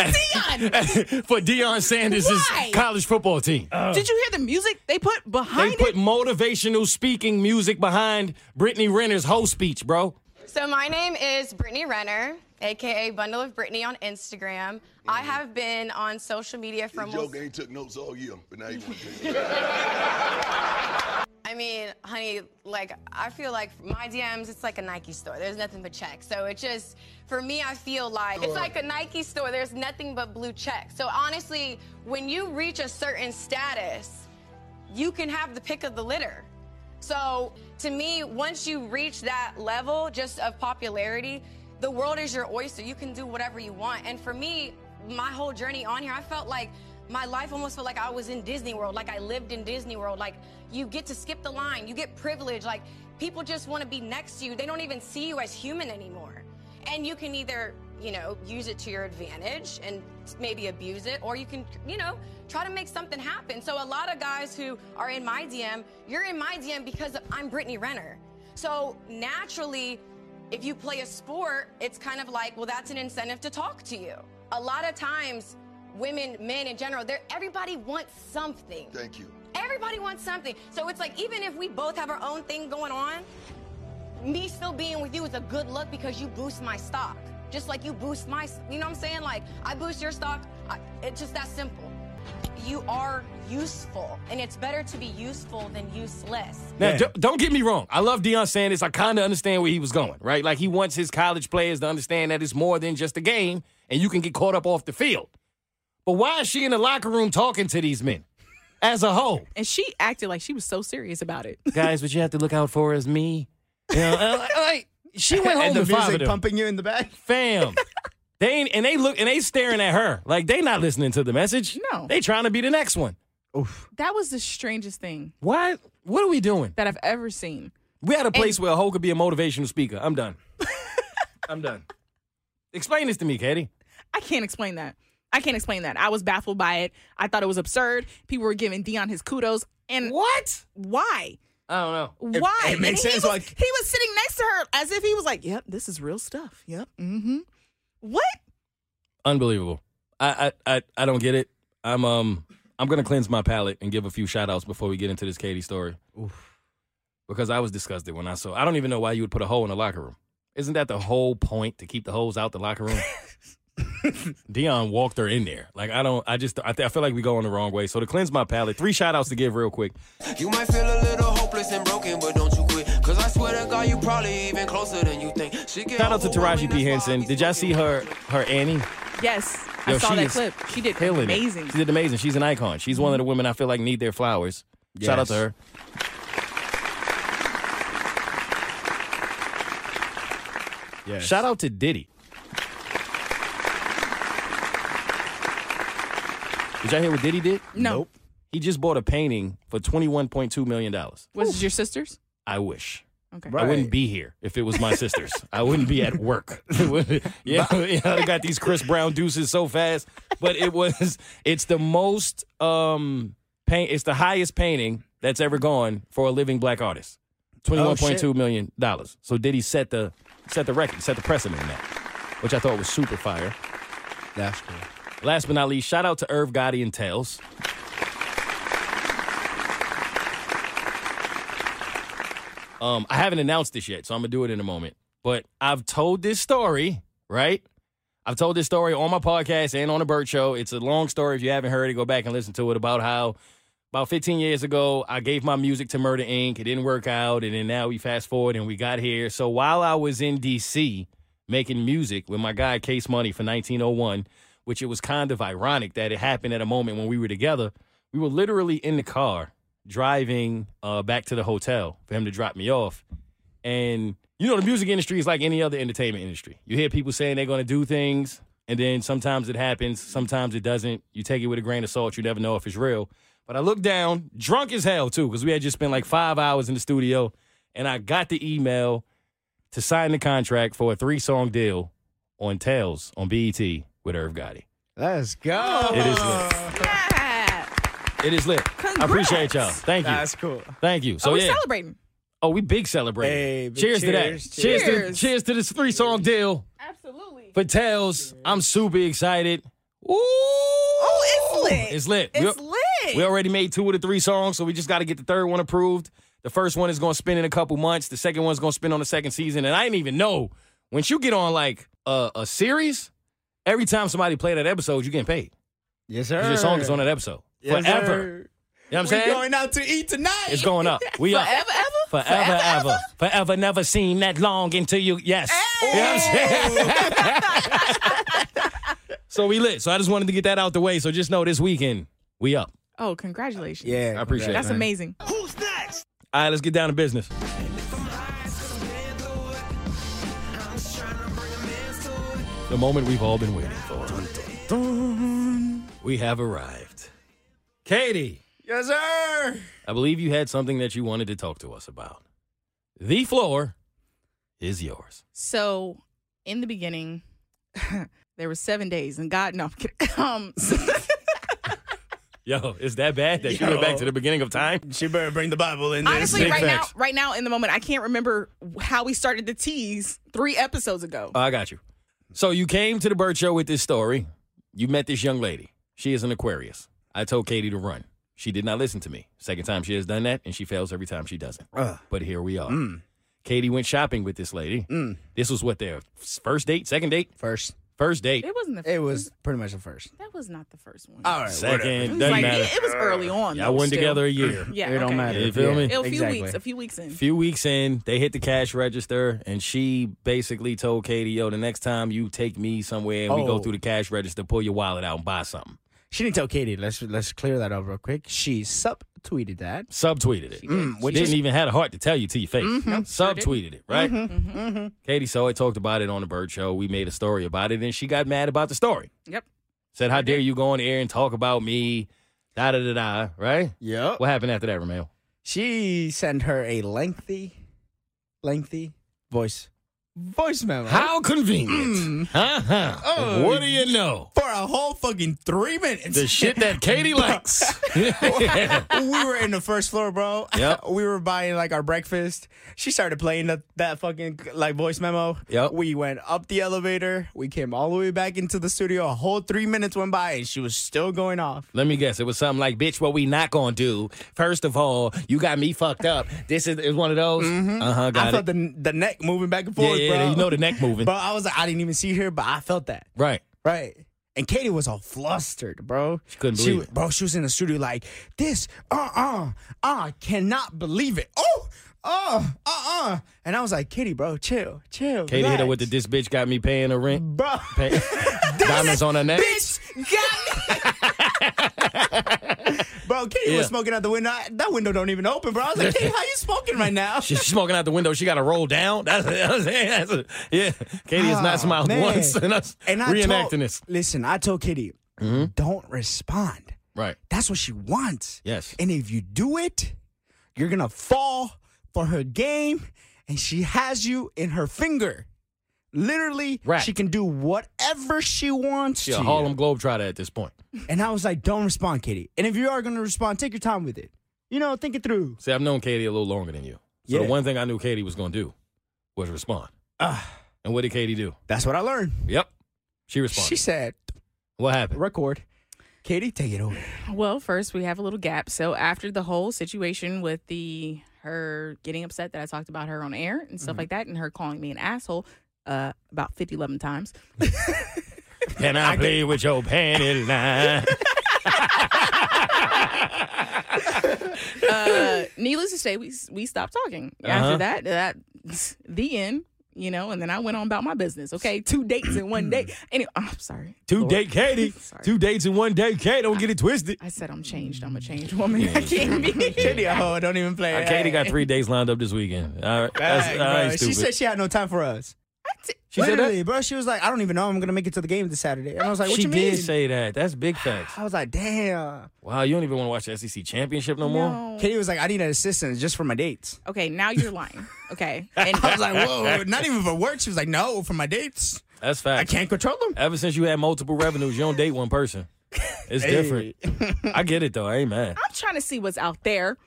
[SPEAKER 1] at- for Deion Sanders'
[SPEAKER 3] Why?
[SPEAKER 1] college football team?
[SPEAKER 3] Did you hear the music they put behind
[SPEAKER 1] they
[SPEAKER 3] it?
[SPEAKER 1] put motivational speaking music behind Brittany Renner's whole speech, bro.
[SPEAKER 5] So my name is Brittany Renner, aka Bundle of Brittany on Instagram. I have been on social media for
[SPEAKER 6] Joe
[SPEAKER 5] almost,
[SPEAKER 6] ain't took notes all year, but now he want to.
[SPEAKER 5] I mean, honey, like I feel like my DMs, it's like a Nike store. There's nothing but checks. So it just, for me, I feel like it's like a Nike store. There's nothing but blue checks. So honestly, when you reach a certain status, you can have the pick of the litter. So to me, once you reach that level just of popularity, the world is your oyster. You can do whatever you want. And for me, my whole journey on here, I felt like my life almost felt like I was in Disney World, like I lived in Disney World. Like you get to skip the line, you get privilege. Like people just want to be next to you. They don't even see you as human anymore. And you can either, you know, use it to your advantage and maybe abuse it, or you can, you know, try to make something happen. So a lot of guys who are in my DM, you're in my DM because I'm Brittany Renner. So naturally, if you play a sport, it's kind of like, well, that's an incentive to talk to you. A lot of times, women, men in general, they're everybody wants something.
[SPEAKER 6] Thank you.
[SPEAKER 5] Everybody wants something. So it's like, even if we both have our own thing going on, me still being with you is a good look because you boost my stock. Just like you boost my, you know what I'm saying? Like, I boost your stock. I, it's just that simple. You are useful, and it's better to be useful than useless.
[SPEAKER 1] Now,
[SPEAKER 2] Yeah.
[SPEAKER 1] d- don't get me wrong. I love Deion Sanders. I kind of understand where he was going, right? Like, he wants his college players to understand that it's more than just a game and you can get caught up off the field. But why is she in the locker room talking to these men as a whole?
[SPEAKER 3] and she acted like she was so serious about it.
[SPEAKER 1] Guys, what you have to look out for is me. You know, and like- like, she went home
[SPEAKER 2] and the
[SPEAKER 1] to five of
[SPEAKER 2] music
[SPEAKER 1] them.
[SPEAKER 2] pumping you in the back.
[SPEAKER 1] Fam. They ain't, and they look and they staring at her like they not listening to the message.
[SPEAKER 3] No.
[SPEAKER 1] They trying to be the next one.
[SPEAKER 3] That was the strangest thing
[SPEAKER 1] Why? What are we doing?
[SPEAKER 3] that I've ever seen.
[SPEAKER 1] We had a place where a hoe could be a motivational speaker. I'm done. I'm done. Explain this to me, Katie.
[SPEAKER 3] I can't explain that. I can't explain that. I was baffled by it. I thought it was absurd. People were giving Dion his kudos. And
[SPEAKER 1] What?
[SPEAKER 3] why?
[SPEAKER 1] I don't know.
[SPEAKER 3] Why?
[SPEAKER 2] it makes
[SPEAKER 3] And he
[SPEAKER 2] sense,
[SPEAKER 3] was-
[SPEAKER 2] like-
[SPEAKER 3] he was sitting next to her as if he was like, "Yep, this is real stuff. Yep, mm-hmm." What?
[SPEAKER 1] Unbelievable. I, I I I don't get it. I'm um I'm gonna cleanse my palate and give a few shout outs before we get into this Katie story. Because I was disgusted when I saw I don't even know why you would put a hole in the locker room. Isn't that the whole point to keep the holes out the locker room? Dion walked her in there. Like I don't I just I, th- I feel like we going the wrong way. So to cleanse my palate, three shout outs to give real quick.
[SPEAKER 4] You might feel a little hopeless and broken, but don't you quit. Cause I swear to God, you probably even closer than you think. She get
[SPEAKER 1] Shout out to Taraji P.
[SPEAKER 4] overwhelming, that's why I
[SPEAKER 1] Henson.
[SPEAKER 4] be
[SPEAKER 1] Did y'all
[SPEAKER 4] smoking.
[SPEAKER 1] see her her Annie?
[SPEAKER 3] Yes,
[SPEAKER 1] Yo,
[SPEAKER 3] I saw
[SPEAKER 1] she
[SPEAKER 3] that
[SPEAKER 1] is
[SPEAKER 3] clip. She did
[SPEAKER 1] killing it.
[SPEAKER 3] amazing.
[SPEAKER 1] She did amazing. She's an icon. She's one of the women I feel like need their flowers. Shout out to
[SPEAKER 2] Yes.
[SPEAKER 1] her.
[SPEAKER 2] Yes.
[SPEAKER 1] Shout out to Diddy. Did y'all hear what Diddy did?
[SPEAKER 3] No,
[SPEAKER 2] Nope.
[SPEAKER 1] He just bought a painting for twenty one point two million dollars.
[SPEAKER 3] was it your sister's?
[SPEAKER 1] I wish.
[SPEAKER 3] Okay.
[SPEAKER 1] I
[SPEAKER 2] Right.
[SPEAKER 1] wouldn't be here if it was my sister's. I wouldn't be at work. yeah, yeah, I got these Chris Brown deuces so fast. But it was it's the most um paint it's the highest painting that's ever gone for a living black artist.
[SPEAKER 2] Oh,
[SPEAKER 1] Twenty one point two million dollars. So Diddy set the set the record, set the precedent in that. Which I thought was super fire.
[SPEAKER 2] That's cool.
[SPEAKER 1] Last but not least, shout out to Irv Gotti and Tails. Um, I haven't announced this yet, so I'm gonna do it in a moment. But I've told this story, right? I've told this story on my podcast and on the Bird Show. It's a long story. If you haven't heard it, go back and listen to it about how about 15 years ago I gave my music to Murder Inc. It didn't work out, and then now we fast forward and we got here. So while I was in DC making music with my guy Case Money for 1901, which it was kind of ironic that it happened at a moment when we were together. We were literally in the car driving uh, back to the hotel for him to drop me off. And you know, the music industry is like any other entertainment industry. You hear people saying they're going to do things, and then sometimes it happens, sometimes it doesn't. You take it with a grain of salt, you never know if it's real. But I looked down, drunk as hell, too, because we had just spent like five hours in the studio, and I got the email to sign the contract for a three song deal on Tales on BET with Irv Gotti.
[SPEAKER 2] Let's go.
[SPEAKER 1] It is lit.
[SPEAKER 3] Yeah.
[SPEAKER 1] It is lit. I appreciate
[SPEAKER 3] Congrats.
[SPEAKER 1] y'all. Thank you.
[SPEAKER 2] That's cool.
[SPEAKER 1] Thank you. So
[SPEAKER 3] oh, we're
[SPEAKER 1] yeah.
[SPEAKER 3] celebrating.
[SPEAKER 1] oh, we big celebrating.
[SPEAKER 2] Hey, big
[SPEAKER 1] cheers, to that.
[SPEAKER 2] cheers,
[SPEAKER 1] Cheers.
[SPEAKER 3] cheers.
[SPEAKER 1] to cheers to this three song deal
[SPEAKER 3] Absolutely.
[SPEAKER 1] for Tails. I'm super excited. Ooh.
[SPEAKER 3] Oh, it's lit.
[SPEAKER 1] It's lit.
[SPEAKER 3] It's
[SPEAKER 1] we,
[SPEAKER 3] lit.
[SPEAKER 1] we already made two of the three songs, so we just got to get the third one approved. The first one is going to spin in a couple months. The second one's going to spin on the second season. And I didn't even know. Once you get on like a, a series, every time somebody play that episode, you getting paid.
[SPEAKER 2] Yes, sir.
[SPEAKER 1] 'Cause your song is on that episode.
[SPEAKER 2] Yes,
[SPEAKER 1] Forever.
[SPEAKER 2] sir.
[SPEAKER 1] You know what I'm
[SPEAKER 2] We're
[SPEAKER 1] saying?
[SPEAKER 2] going out to eat tonight.
[SPEAKER 1] It's going up. We up.
[SPEAKER 3] Forever, ever?
[SPEAKER 1] Forever, ever. Forever, never seen that long until you, yes. You know what I'm saying? so we lit. So I just wanted to get that out the way. So just know this weekend, we up.
[SPEAKER 3] Oh, congratulations.
[SPEAKER 2] Yeah,
[SPEAKER 1] I appreciate
[SPEAKER 3] That's
[SPEAKER 1] it.
[SPEAKER 3] amazing.
[SPEAKER 1] All right, let's get down to business. The moment we've all been waiting for. We have arrived. Katie,
[SPEAKER 2] Yes, sir.
[SPEAKER 1] I believe you had something that you wanted to talk to us about. The floor is yours.
[SPEAKER 3] So, in the beginning, there were seven days, and God, no, I'm kidding. Um, so-
[SPEAKER 1] Yo, is that bad that you went back to the beginning of time?
[SPEAKER 2] She better bring the Bible in.
[SPEAKER 3] honestly,
[SPEAKER 1] big
[SPEAKER 3] right
[SPEAKER 1] facts.
[SPEAKER 3] now, right now, in the moment, I can't remember how we started the tease three episodes ago.
[SPEAKER 1] Oh, I got you. So you came to the Bird Show with this story. You met this young lady. She is an Aquarius. I told Katie to run. She did not listen to me. Second time she has done that, and she fails every time she doesn't.
[SPEAKER 2] Ugh.
[SPEAKER 1] But here we are.
[SPEAKER 3] Mm.
[SPEAKER 1] Katie went shopping with this lady. This was what their first date, second date,
[SPEAKER 2] First,
[SPEAKER 1] first date,
[SPEAKER 3] it wasn't the
[SPEAKER 2] it was pretty much the first.
[SPEAKER 3] that was not the first one.
[SPEAKER 2] All right, whatever.
[SPEAKER 1] second.
[SPEAKER 3] it was,
[SPEAKER 1] Uh, Doesn't
[SPEAKER 3] like,
[SPEAKER 1] matter.
[SPEAKER 3] it, it was early on.
[SPEAKER 1] Y'all
[SPEAKER 3] though,
[SPEAKER 1] went
[SPEAKER 3] still.
[SPEAKER 1] together a year.
[SPEAKER 3] Yeah,
[SPEAKER 2] it
[SPEAKER 3] okay.
[SPEAKER 2] don't matter.
[SPEAKER 1] You feel me?
[SPEAKER 3] A few
[SPEAKER 2] exactly.
[SPEAKER 3] weeks, a few weeks in.
[SPEAKER 1] few weeks in, they hit the cash register, and she basically told Katie, "Yo, the next time you take me somewhere and we go
[SPEAKER 2] Oh.
[SPEAKER 1] through the cash register, pull your wallet out and buy something."
[SPEAKER 2] She didn't tell Katie. Let's let's clear that up real quick. She subtweeted that.
[SPEAKER 1] Subtweeted it.
[SPEAKER 2] Mm,
[SPEAKER 1] Which Mm-hmm.
[SPEAKER 2] which
[SPEAKER 1] didn't
[SPEAKER 2] is
[SPEAKER 1] even had a heart to tell you to your face. Subtweeted it, right? Katie saw it, talked about it on the Bird Show. We made a story about it, and she got mad about the story.
[SPEAKER 3] Yep.
[SPEAKER 1] Said, "How dare you go on the air and talk about me?" Da da da da. Right?
[SPEAKER 2] yep.
[SPEAKER 1] What happened after that, Romeo?
[SPEAKER 2] She sent her a lengthy, lengthy voice voice memo
[SPEAKER 1] How convenient. Uh-huh. what do you know?
[SPEAKER 2] for a whole fucking three minutes.
[SPEAKER 1] The shit that Katie likes. yeah.
[SPEAKER 2] we were in the first floor, bro.
[SPEAKER 1] Yep.
[SPEAKER 2] we were buying like our breakfast. She started playing that that fucking like voice memo.
[SPEAKER 1] Yep.
[SPEAKER 2] We went up the elevator. We came all the way back into the studio. A whole three minutes went by, and she was still going off.
[SPEAKER 1] Let me guess. It was something like, bitch, what we not gonna do. First of all, you got me fucked up. This is, is one of those. Uh-huh. Got
[SPEAKER 2] Mm-hmm. I
[SPEAKER 1] it.
[SPEAKER 2] felt the the neck moving back and
[SPEAKER 1] yeah,
[SPEAKER 2] forth,
[SPEAKER 1] yeah,
[SPEAKER 2] bro.
[SPEAKER 1] you know the neck moving.
[SPEAKER 2] Bro, I was like, I didn't even see her, but I felt that.
[SPEAKER 1] Right.
[SPEAKER 2] Right. And Katie was all flustered, bro. She
[SPEAKER 1] couldn't believe
[SPEAKER 2] wa-
[SPEAKER 1] it.
[SPEAKER 2] Bro, she was in the studio like, this, uh uh, I cannot believe it. Oh, uh, uh uh. And I was like, Katie, bro, chill, chill.
[SPEAKER 1] Katie hit her
[SPEAKER 2] relax.
[SPEAKER 1] with the this bitch got me paying her rent.
[SPEAKER 2] Bro,
[SPEAKER 1] Pay- diamonds on her neck.
[SPEAKER 2] bitch got me. bro, Katie
[SPEAKER 1] Yeah.
[SPEAKER 2] was smoking out the window. I- That window don't even open, bro. I was like, Katie, how you smoking right now?
[SPEAKER 1] She's smoking out the window. She got to roll down. That's, that's, that's- yeah. Katie has
[SPEAKER 2] Oh,
[SPEAKER 1] not smiled
[SPEAKER 2] man.
[SPEAKER 1] once. And us reenacting
[SPEAKER 2] told,
[SPEAKER 1] this. Mm-hmm.
[SPEAKER 2] Listen, I told Katie, don't respond.
[SPEAKER 1] Right.
[SPEAKER 2] That's what she wants.
[SPEAKER 1] Yes.
[SPEAKER 2] And if you do it, you're going to fall for her game. And she has you in her finger. Literally,
[SPEAKER 1] Right.
[SPEAKER 2] she can do whatever she wants
[SPEAKER 1] She a
[SPEAKER 2] to. you.
[SPEAKER 1] Harlem Globetrotter at this point.
[SPEAKER 2] And I was like, don't respond, Katie. And if you are going to respond, take your time with it. You know, think it through.
[SPEAKER 1] See, I've known Katie a little longer than you. So the
[SPEAKER 2] Yeah.
[SPEAKER 1] one thing I knew Katie was going to do was respond.
[SPEAKER 2] Ah.
[SPEAKER 1] and what did Katie do?
[SPEAKER 2] That's what I learned.
[SPEAKER 1] Yep. She responded.
[SPEAKER 2] She said,
[SPEAKER 1] what happened?
[SPEAKER 2] record. Katie, take it over.
[SPEAKER 3] Well, first we have a little gap. So after the whole situation with the her getting upset that I talked about her on air and
[SPEAKER 1] Mm-hmm.
[SPEAKER 3] stuff like that, and her calling me an asshole uh, about 50, 11 times.
[SPEAKER 1] Can I play with your panty line?
[SPEAKER 3] Uh, needless to say, we we stopped talking
[SPEAKER 1] Uh-huh.
[SPEAKER 3] after that. That the end, you know. And then I went on about my business. Okay, two dates in one day. Anyway, I'm sorry.
[SPEAKER 1] Two
[SPEAKER 3] Lord.
[SPEAKER 1] date Katie.
[SPEAKER 3] Sorry.
[SPEAKER 1] Two dates in one day, Kate. Don't get it twisted.
[SPEAKER 3] I said I'm changed. I'm a changed woman. I can't be.
[SPEAKER 2] Katie, oh, don't even play
[SPEAKER 1] Uh,
[SPEAKER 2] it.
[SPEAKER 1] Katie got three days lined up this weekend. All right. That's,
[SPEAKER 2] Dang,
[SPEAKER 1] all right,
[SPEAKER 2] bro. She
[SPEAKER 1] stupid.
[SPEAKER 2] said she had no time for us.
[SPEAKER 1] She said that?
[SPEAKER 2] Literally, bro. She was like, I don't even know I'm gonna make it to the game this Saturday. And I was like, What
[SPEAKER 1] she
[SPEAKER 2] you
[SPEAKER 1] did
[SPEAKER 2] mean?
[SPEAKER 1] say that. That's big facts.
[SPEAKER 2] I was like, Damn.
[SPEAKER 1] Wow, you don't even want to watch the SEC championship no, more.
[SPEAKER 3] No.
[SPEAKER 2] Katie was like, I need an assistant just for my dates.
[SPEAKER 3] Okay, now you're lying. Okay, and
[SPEAKER 2] I was like, Whoa, not even for work. She was like, No, for my dates.
[SPEAKER 1] That's
[SPEAKER 2] I
[SPEAKER 1] facts.
[SPEAKER 2] can't control them.
[SPEAKER 1] Ever since you had multiple revenues, you don't date one person. It's different. I get it though. I ain't mad.
[SPEAKER 3] I'm trying to see what's out there.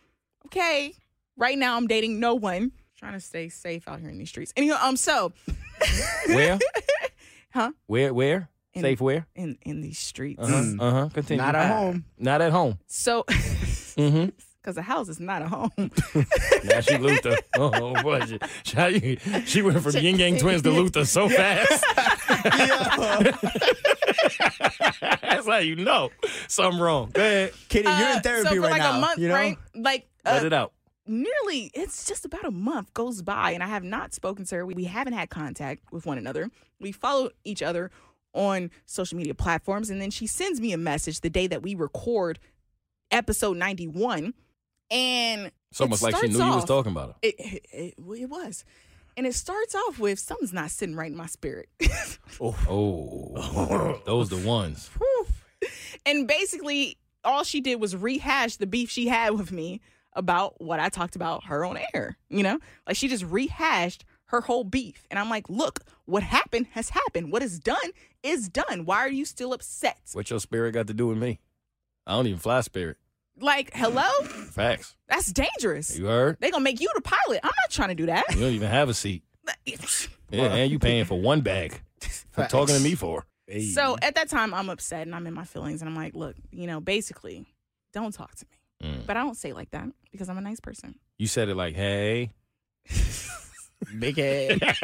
[SPEAKER 3] Okay. Right now I'm dating no one. Trying to stay safe out here in these streets. Anyhow, um, so
[SPEAKER 1] Where?
[SPEAKER 3] Huh?
[SPEAKER 1] Where? Where?
[SPEAKER 3] In-
[SPEAKER 1] Safe where?
[SPEAKER 3] in in these streets.
[SPEAKER 1] Uh huh.
[SPEAKER 2] Uh-huh.
[SPEAKER 1] Uh huh. Continue.
[SPEAKER 2] Hmm. Not at home.
[SPEAKER 1] Not at home.
[SPEAKER 3] So because
[SPEAKER 1] Mm-hmm.
[SPEAKER 3] the house is not a home.
[SPEAKER 1] Now she Luther. Oh boy, she, she, she went from Yin Yang Twins to Luther so fast. That's how you know something wrong. Go ahead.
[SPEAKER 2] Katie, you're
[SPEAKER 3] Uh,
[SPEAKER 2] in therapy
[SPEAKER 3] so for
[SPEAKER 2] right
[SPEAKER 3] like
[SPEAKER 2] now.
[SPEAKER 3] a month,
[SPEAKER 2] you know?
[SPEAKER 3] right? Like
[SPEAKER 1] Let
[SPEAKER 3] uh,
[SPEAKER 1] it out.
[SPEAKER 3] nearly it's just about a month goes by and I have not spoken to her. We, we haven't had contact with one another. We follow each other on social media platforms and then she sends me a message the day that we record episode 91 and
[SPEAKER 1] It's almost like she
[SPEAKER 3] starts
[SPEAKER 1] knew you was
[SPEAKER 3] off-
[SPEAKER 1] talking about her.
[SPEAKER 3] It, it, it, well, it was. And it starts off with something's not sitting right in my spirit.
[SPEAKER 1] Oh, those the ones.
[SPEAKER 3] and basically, all she did was rehash the beef she had with me about what I talked about her on air. You know, like she just rehashed her whole beef. And I'm like, look, what happened has happened. What is done is done. Why are you still upset?
[SPEAKER 1] What your spirit got to do with me? I don't even fly spirit.
[SPEAKER 3] Like, hello?
[SPEAKER 1] Facts.
[SPEAKER 3] That's dangerous.
[SPEAKER 1] You heard?
[SPEAKER 3] They gonna make you the pilot. I'm not trying to do that.
[SPEAKER 1] You don't even have a seat. Yeah, and you paying for one bag. What talking to me for?
[SPEAKER 3] So at that time, I'm upset and I'm in my feelings, and I'm like, look, you know, basically, don't talk to me.
[SPEAKER 1] Mm.
[SPEAKER 3] But I don't say it like that because I'm a nice person.
[SPEAKER 1] You said it like, hey.
[SPEAKER 2] Big head.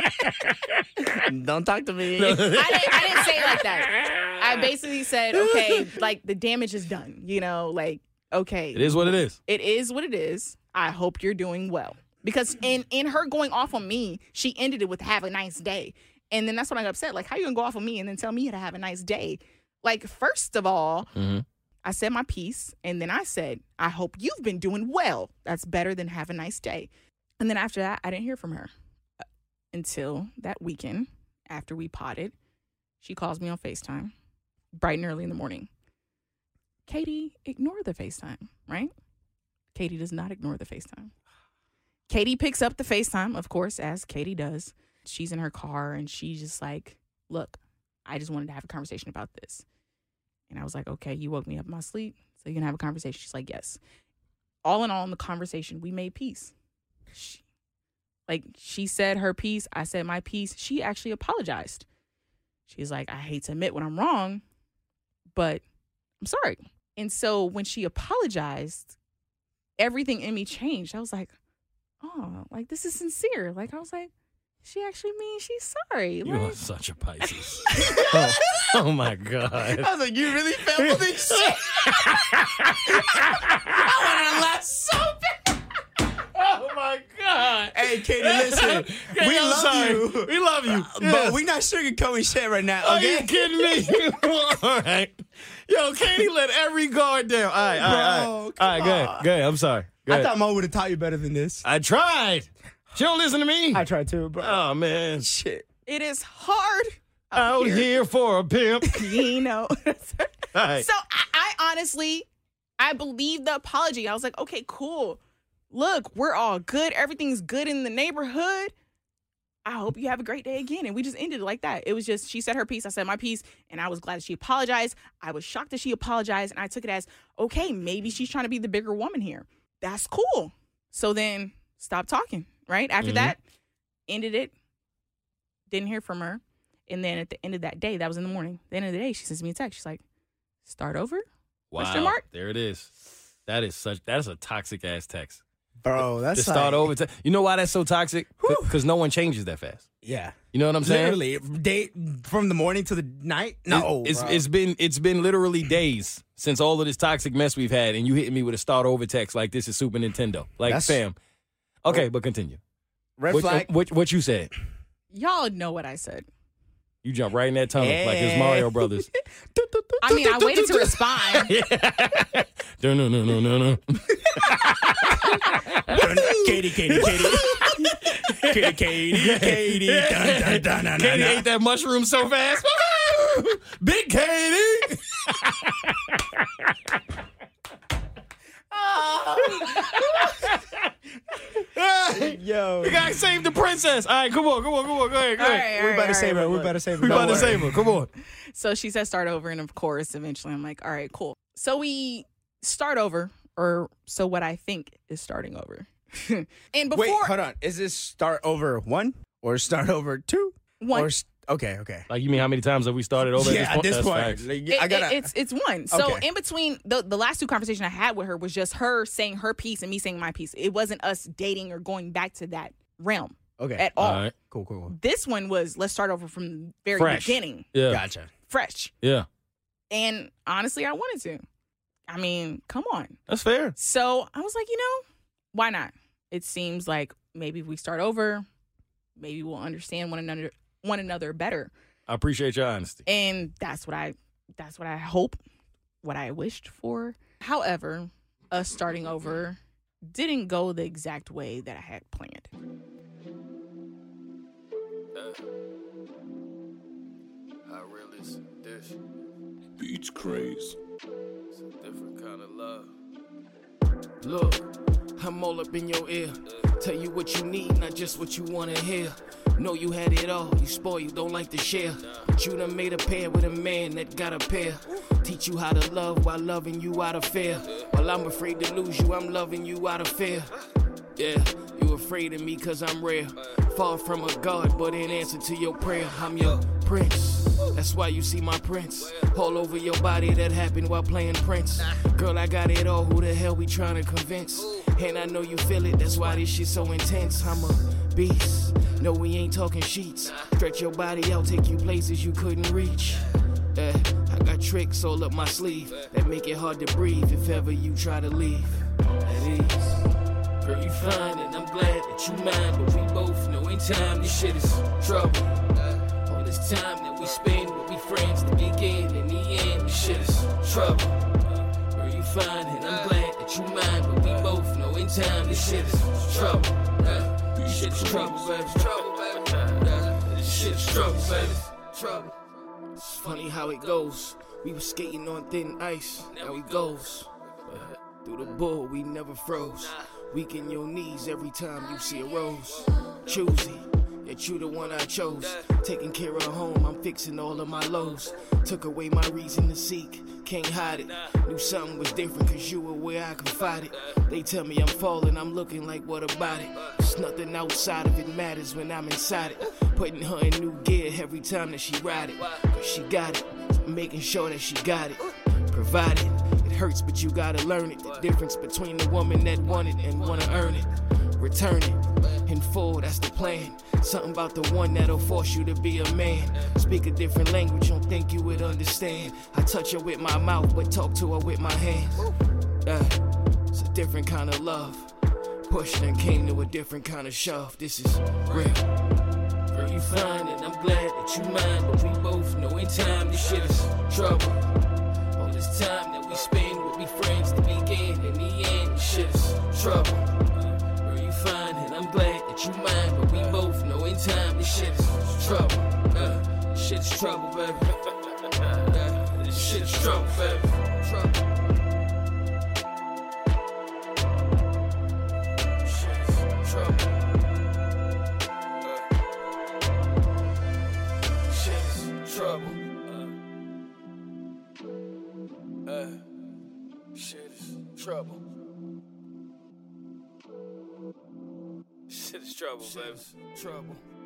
[SPEAKER 2] don't talk to me.
[SPEAKER 3] I didn't, I didn't say it like that. I basically said, okay, like the damage is done. You know, like okay,
[SPEAKER 1] It is what it is.
[SPEAKER 3] it is what it is. I hope you're doing well because in in her going off on me, she ended it with have a nice day, and then that's when I got upset. Like, how you gonna go off on me and then tell me to have a nice day? Like, first of all,
[SPEAKER 1] Mhm.
[SPEAKER 3] I said my piece, and then I said, I hope you've been doing well. That's better than have a nice day. And then after that, I didn't hear from her Uh, until that weekend after we potted. She calls me on FaceTime bright and early in the morning. Katie, ignore the FaceTime, right? Katie does not ignore the FaceTime. Katie picks up the FaceTime, of course, as Katie does. she's in her car and she's just like, Look, I just wanted to have a conversation about this. And I was like, Okay, you woke me up in my sleep. So you can have a conversation. She's like, Yes. All in all, in the conversation, we made peace. She, like, she said her piece. I said my piece. She actually apologized. She's like, I hate to admit when I'm wrong, but I'm sorry. And so when she apologized, everything in me changed. I was like, oh, like this is sincere. Like I was like, she actually means she's sorry.
[SPEAKER 1] You are
[SPEAKER 3] Like,
[SPEAKER 1] such a Pisces. oh, oh my God.
[SPEAKER 2] was like, you really fell for this shit? I want to laugh so
[SPEAKER 1] Oh my God.
[SPEAKER 2] Hey, Katie, listen.
[SPEAKER 1] Okay,
[SPEAKER 2] we
[SPEAKER 1] I'm
[SPEAKER 2] love
[SPEAKER 1] sorry.
[SPEAKER 2] you.
[SPEAKER 1] We love you.
[SPEAKER 2] But we're not sugarcoating shit right now,
[SPEAKER 1] Are Oh, you
[SPEAKER 2] okay?
[SPEAKER 1] kidding me? all right. Yo, Katie let every guard down. All right, all right. All right,
[SPEAKER 2] Bro,
[SPEAKER 1] all right go ahead. Go ahead. I'm sorry. Go
[SPEAKER 2] I
[SPEAKER 1] ahead.
[SPEAKER 2] thought Mo would have taught you better than this.
[SPEAKER 1] I tried. She don't listen to me.
[SPEAKER 2] tried to, bro.
[SPEAKER 1] oh, man.
[SPEAKER 2] shit.
[SPEAKER 3] it is hard,
[SPEAKER 1] Out here. for a pimp.
[SPEAKER 3] you know.
[SPEAKER 1] All right.
[SPEAKER 3] So I, I honestly, I believe the apology. I was like, okay, cool. Look, we're all good. Everything's good in the neighborhood. I hope you have a great day again. And we just ended it like that. It was just, she said her piece, I said my piece, and I was glad that she apologized. I was shocked that she apologized, and I took it as, okay, maybe she's trying to be the bigger woman here. That's cool. So then stop talking, right? After
[SPEAKER 2] Mm-hmm.
[SPEAKER 1] Mhm.
[SPEAKER 3] that, ended it, didn't hear from her. And then at the end of that day, that was in the morning, the end of the day, she sends me a text. She's like, start over? Question mark?
[SPEAKER 1] There it is. That is such. That is a toxic ass text.
[SPEAKER 2] Bro, Oh, that's
[SPEAKER 1] To start
[SPEAKER 2] like-
[SPEAKER 1] over, te- you know why that's so toxic?
[SPEAKER 2] Whew.
[SPEAKER 1] Because no one changes that fast.
[SPEAKER 2] Yeah.
[SPEAKER 1] You know what I'm saying?
[SPEAKER 2] Literally, day, from the morning to the night? No.
[SPEAKER 1] It- it's
[SPEAKER 2] bro.
[SPEAKER 1] it's been it's been literally days since all of this toxic mess we've had, and you hitting me with a start over text like this is Super Nintendo, like
[SPEAKER 2] That's-
[SPEAKER 1] fam. Okay, but continue.
[SPEAKER 2] red
[SPEAKER 1] What,
[SPEAKER 2] flag.
[SPEAKER 1] what what you said?
[SPEAKER 3] Y'all know what I said.
[SPEAKER 1] You jump right in that tunnel like it's
[SPEAKER 2] Yeah.
[SPEAKER 1] Mario Brothers.
[SPEAKER 3] I mean, I waited to respond.
[SPEAKER 1] no no no no no no.
[SPEAKER 2] Katie, Katie, Katie. Katie, Katie, Katie. Dun, dun, dun, dun,
[SPEAKER 1] Katie
[SPEAKER 2] dun,
[SPEAKER 1] ate that mushroom so fast. Big Katie. Oh.
[SPEAKER 2] dun. Yo.
[SPEAKER 1] We gotta save the princess. All right, come on, come on, come on, go ahead, go ahead.
[SPEAKER 2] We're about to save her. We're about to save her.
[SPEAKER 1] We
[SPEAKER 2] Don't
[SPEAKER 1] about to
[SPEAKER 2] worry.
[SPEAKER 1] save her. Come on.
[SPEAKER 3] So she said start over. And of course, eventually I'm like, all right, cool. So we start over, or so what I think is starting over. and before
[SPEAKER 2] Wait, hold on. Is this start over one or start over two?
[SPEAKER 3] one,
[SPEAKER 2] Or s- okay, okay.
[SPEAKER 1] Like you mean how many times have we started over
[SPEAKER 2] yeah,
[SPEAKER 1] at this point?
[SPEAKER 2] at this
[SPEAKER 1] That's
[SPEAKER 2] point,
[SPEAKER 1] facts.
[SPEAKER 2] like,
[SPEAKER 3] It-
[SPEAKER 2] I
[SPEAKER 3] it-
[SPEAKER 2] gotta.
[SPEAKER 3] it's it's one. So
[SPEAKER 2] Okay.
[SPEAKER 3] in between the the last two conversations I had with her was just her saying her piece and me saying my piece. It wasn't us dating or going back to that realm
[SPEAKER 2] okay.
[SPEAKER 3] at all.
[SPEAKER 1] All right.
[SPEAKER 2] cool, cool, cool.
[SPEAKER 3] This one was let's start over from the very
[SPEAKER 1] Fresh.
[SPEAKER 3] beginning,
[SPEAKER 1] Yeah.
[SPEAKER 2] Gotcha.
[SPEAKER 3] fresh.
[SPEAKER 1] Yeah.
[SPEAKER 3] And honestly, I wanted to. I mean, come on.
[SPEAKER 1] That's fair.
[SPEAKER 3] So I was like, you know, why not? It seems like maybe if we start over, maybe we'll understand one another one another better.
[SPEAKER 1] I appreciate your honesty.
[SPEAKER 3] And that's what I that's what I hope, what I wished for. However, us starting over didn't go the exact way that I had planned.
[SPEAKER 7] How real is this?
[SPEAKER 6] Beats craze.
[SPEAKER 7] It's a different kind of love. Look, I'm all up in your ear. Tell you what you need, not just what you wanna hear. Know you had it all, you spoil, you don't like to share. But you done made a pair with a man that got a pair. Teach you how to love while loving you out of fear. While I'm afraid to lose you, I'm loving you out of fear. Yeah, you afraid of me cause I'm rare. Far from a god, but in answer to your prayer, I'm your prince. That's why you see my prince all over your body. That happened while playing Prince. Girl, I got it all. Who the hell we tryna convince? And I know you feel it. That's why this shit so intense. I'm a beast. No, we ain't talking sheets. Stretch your body out, take you places you couldn't reach. Eh, I got tricks all up my sleeve that make it hard to breathe if ever you try to leave. At ease. Girl, you fine, and I'm glad that you mine. But we both know in time this shit is trouble. Uh, All this time that we spend with we friends to begin, in the end, this shit is trouble. Uh, Girl, you fine, and I'm glad that you mine. But we both know in time this shit is trouble. Uh, This shit is trouble, baby. Trouble, baby. Uh, This shit is trouble, baby. Trouble. It's funny how it goes. We was skating on thin ice, now we goes. Through the bull, we never froze. Weak in your knees every time you see a rose. Choosy, that you the one I chose. Taking care of home, I'm fixing all of my lows. Took away my reason to seek, can't hide it. Knew something was different cause you were where I confided. They tell me I'm falling, I'm looking like what about it? It's nothing outside of it matters when I'm inside it. Putting her in new gear every time that she ride it. Cause she got it, making sure that she got it provided. It hurts, but you gotta learn it. The difference between the woman that want it and wanna earn it. Return it in full, that's the plan. Something about the one that'll force you to be a man. Speak a different language, don't think you would understand. I touch her with my mouth, but talk to her with my hands. Uh, it's a different kind of love. Pushing and came to a different kind of shove. This is real. Girl, you fine, and I'm glad that you mind. But we both know in time this shit is trouble. All this time that we spend will be friends to begin. In the end, this shit is trouble. Girl, you fine, and I'm glad that you mind. But we both know in time this shit is trouble. Uh, this shit is trouble, baby. Uh, this shit is trouble, baby. Trouble. Shit is trouble. Shit's Uh, trouble. Uh, uh, shit is trouble. Shit is trouble, baby. Trouble.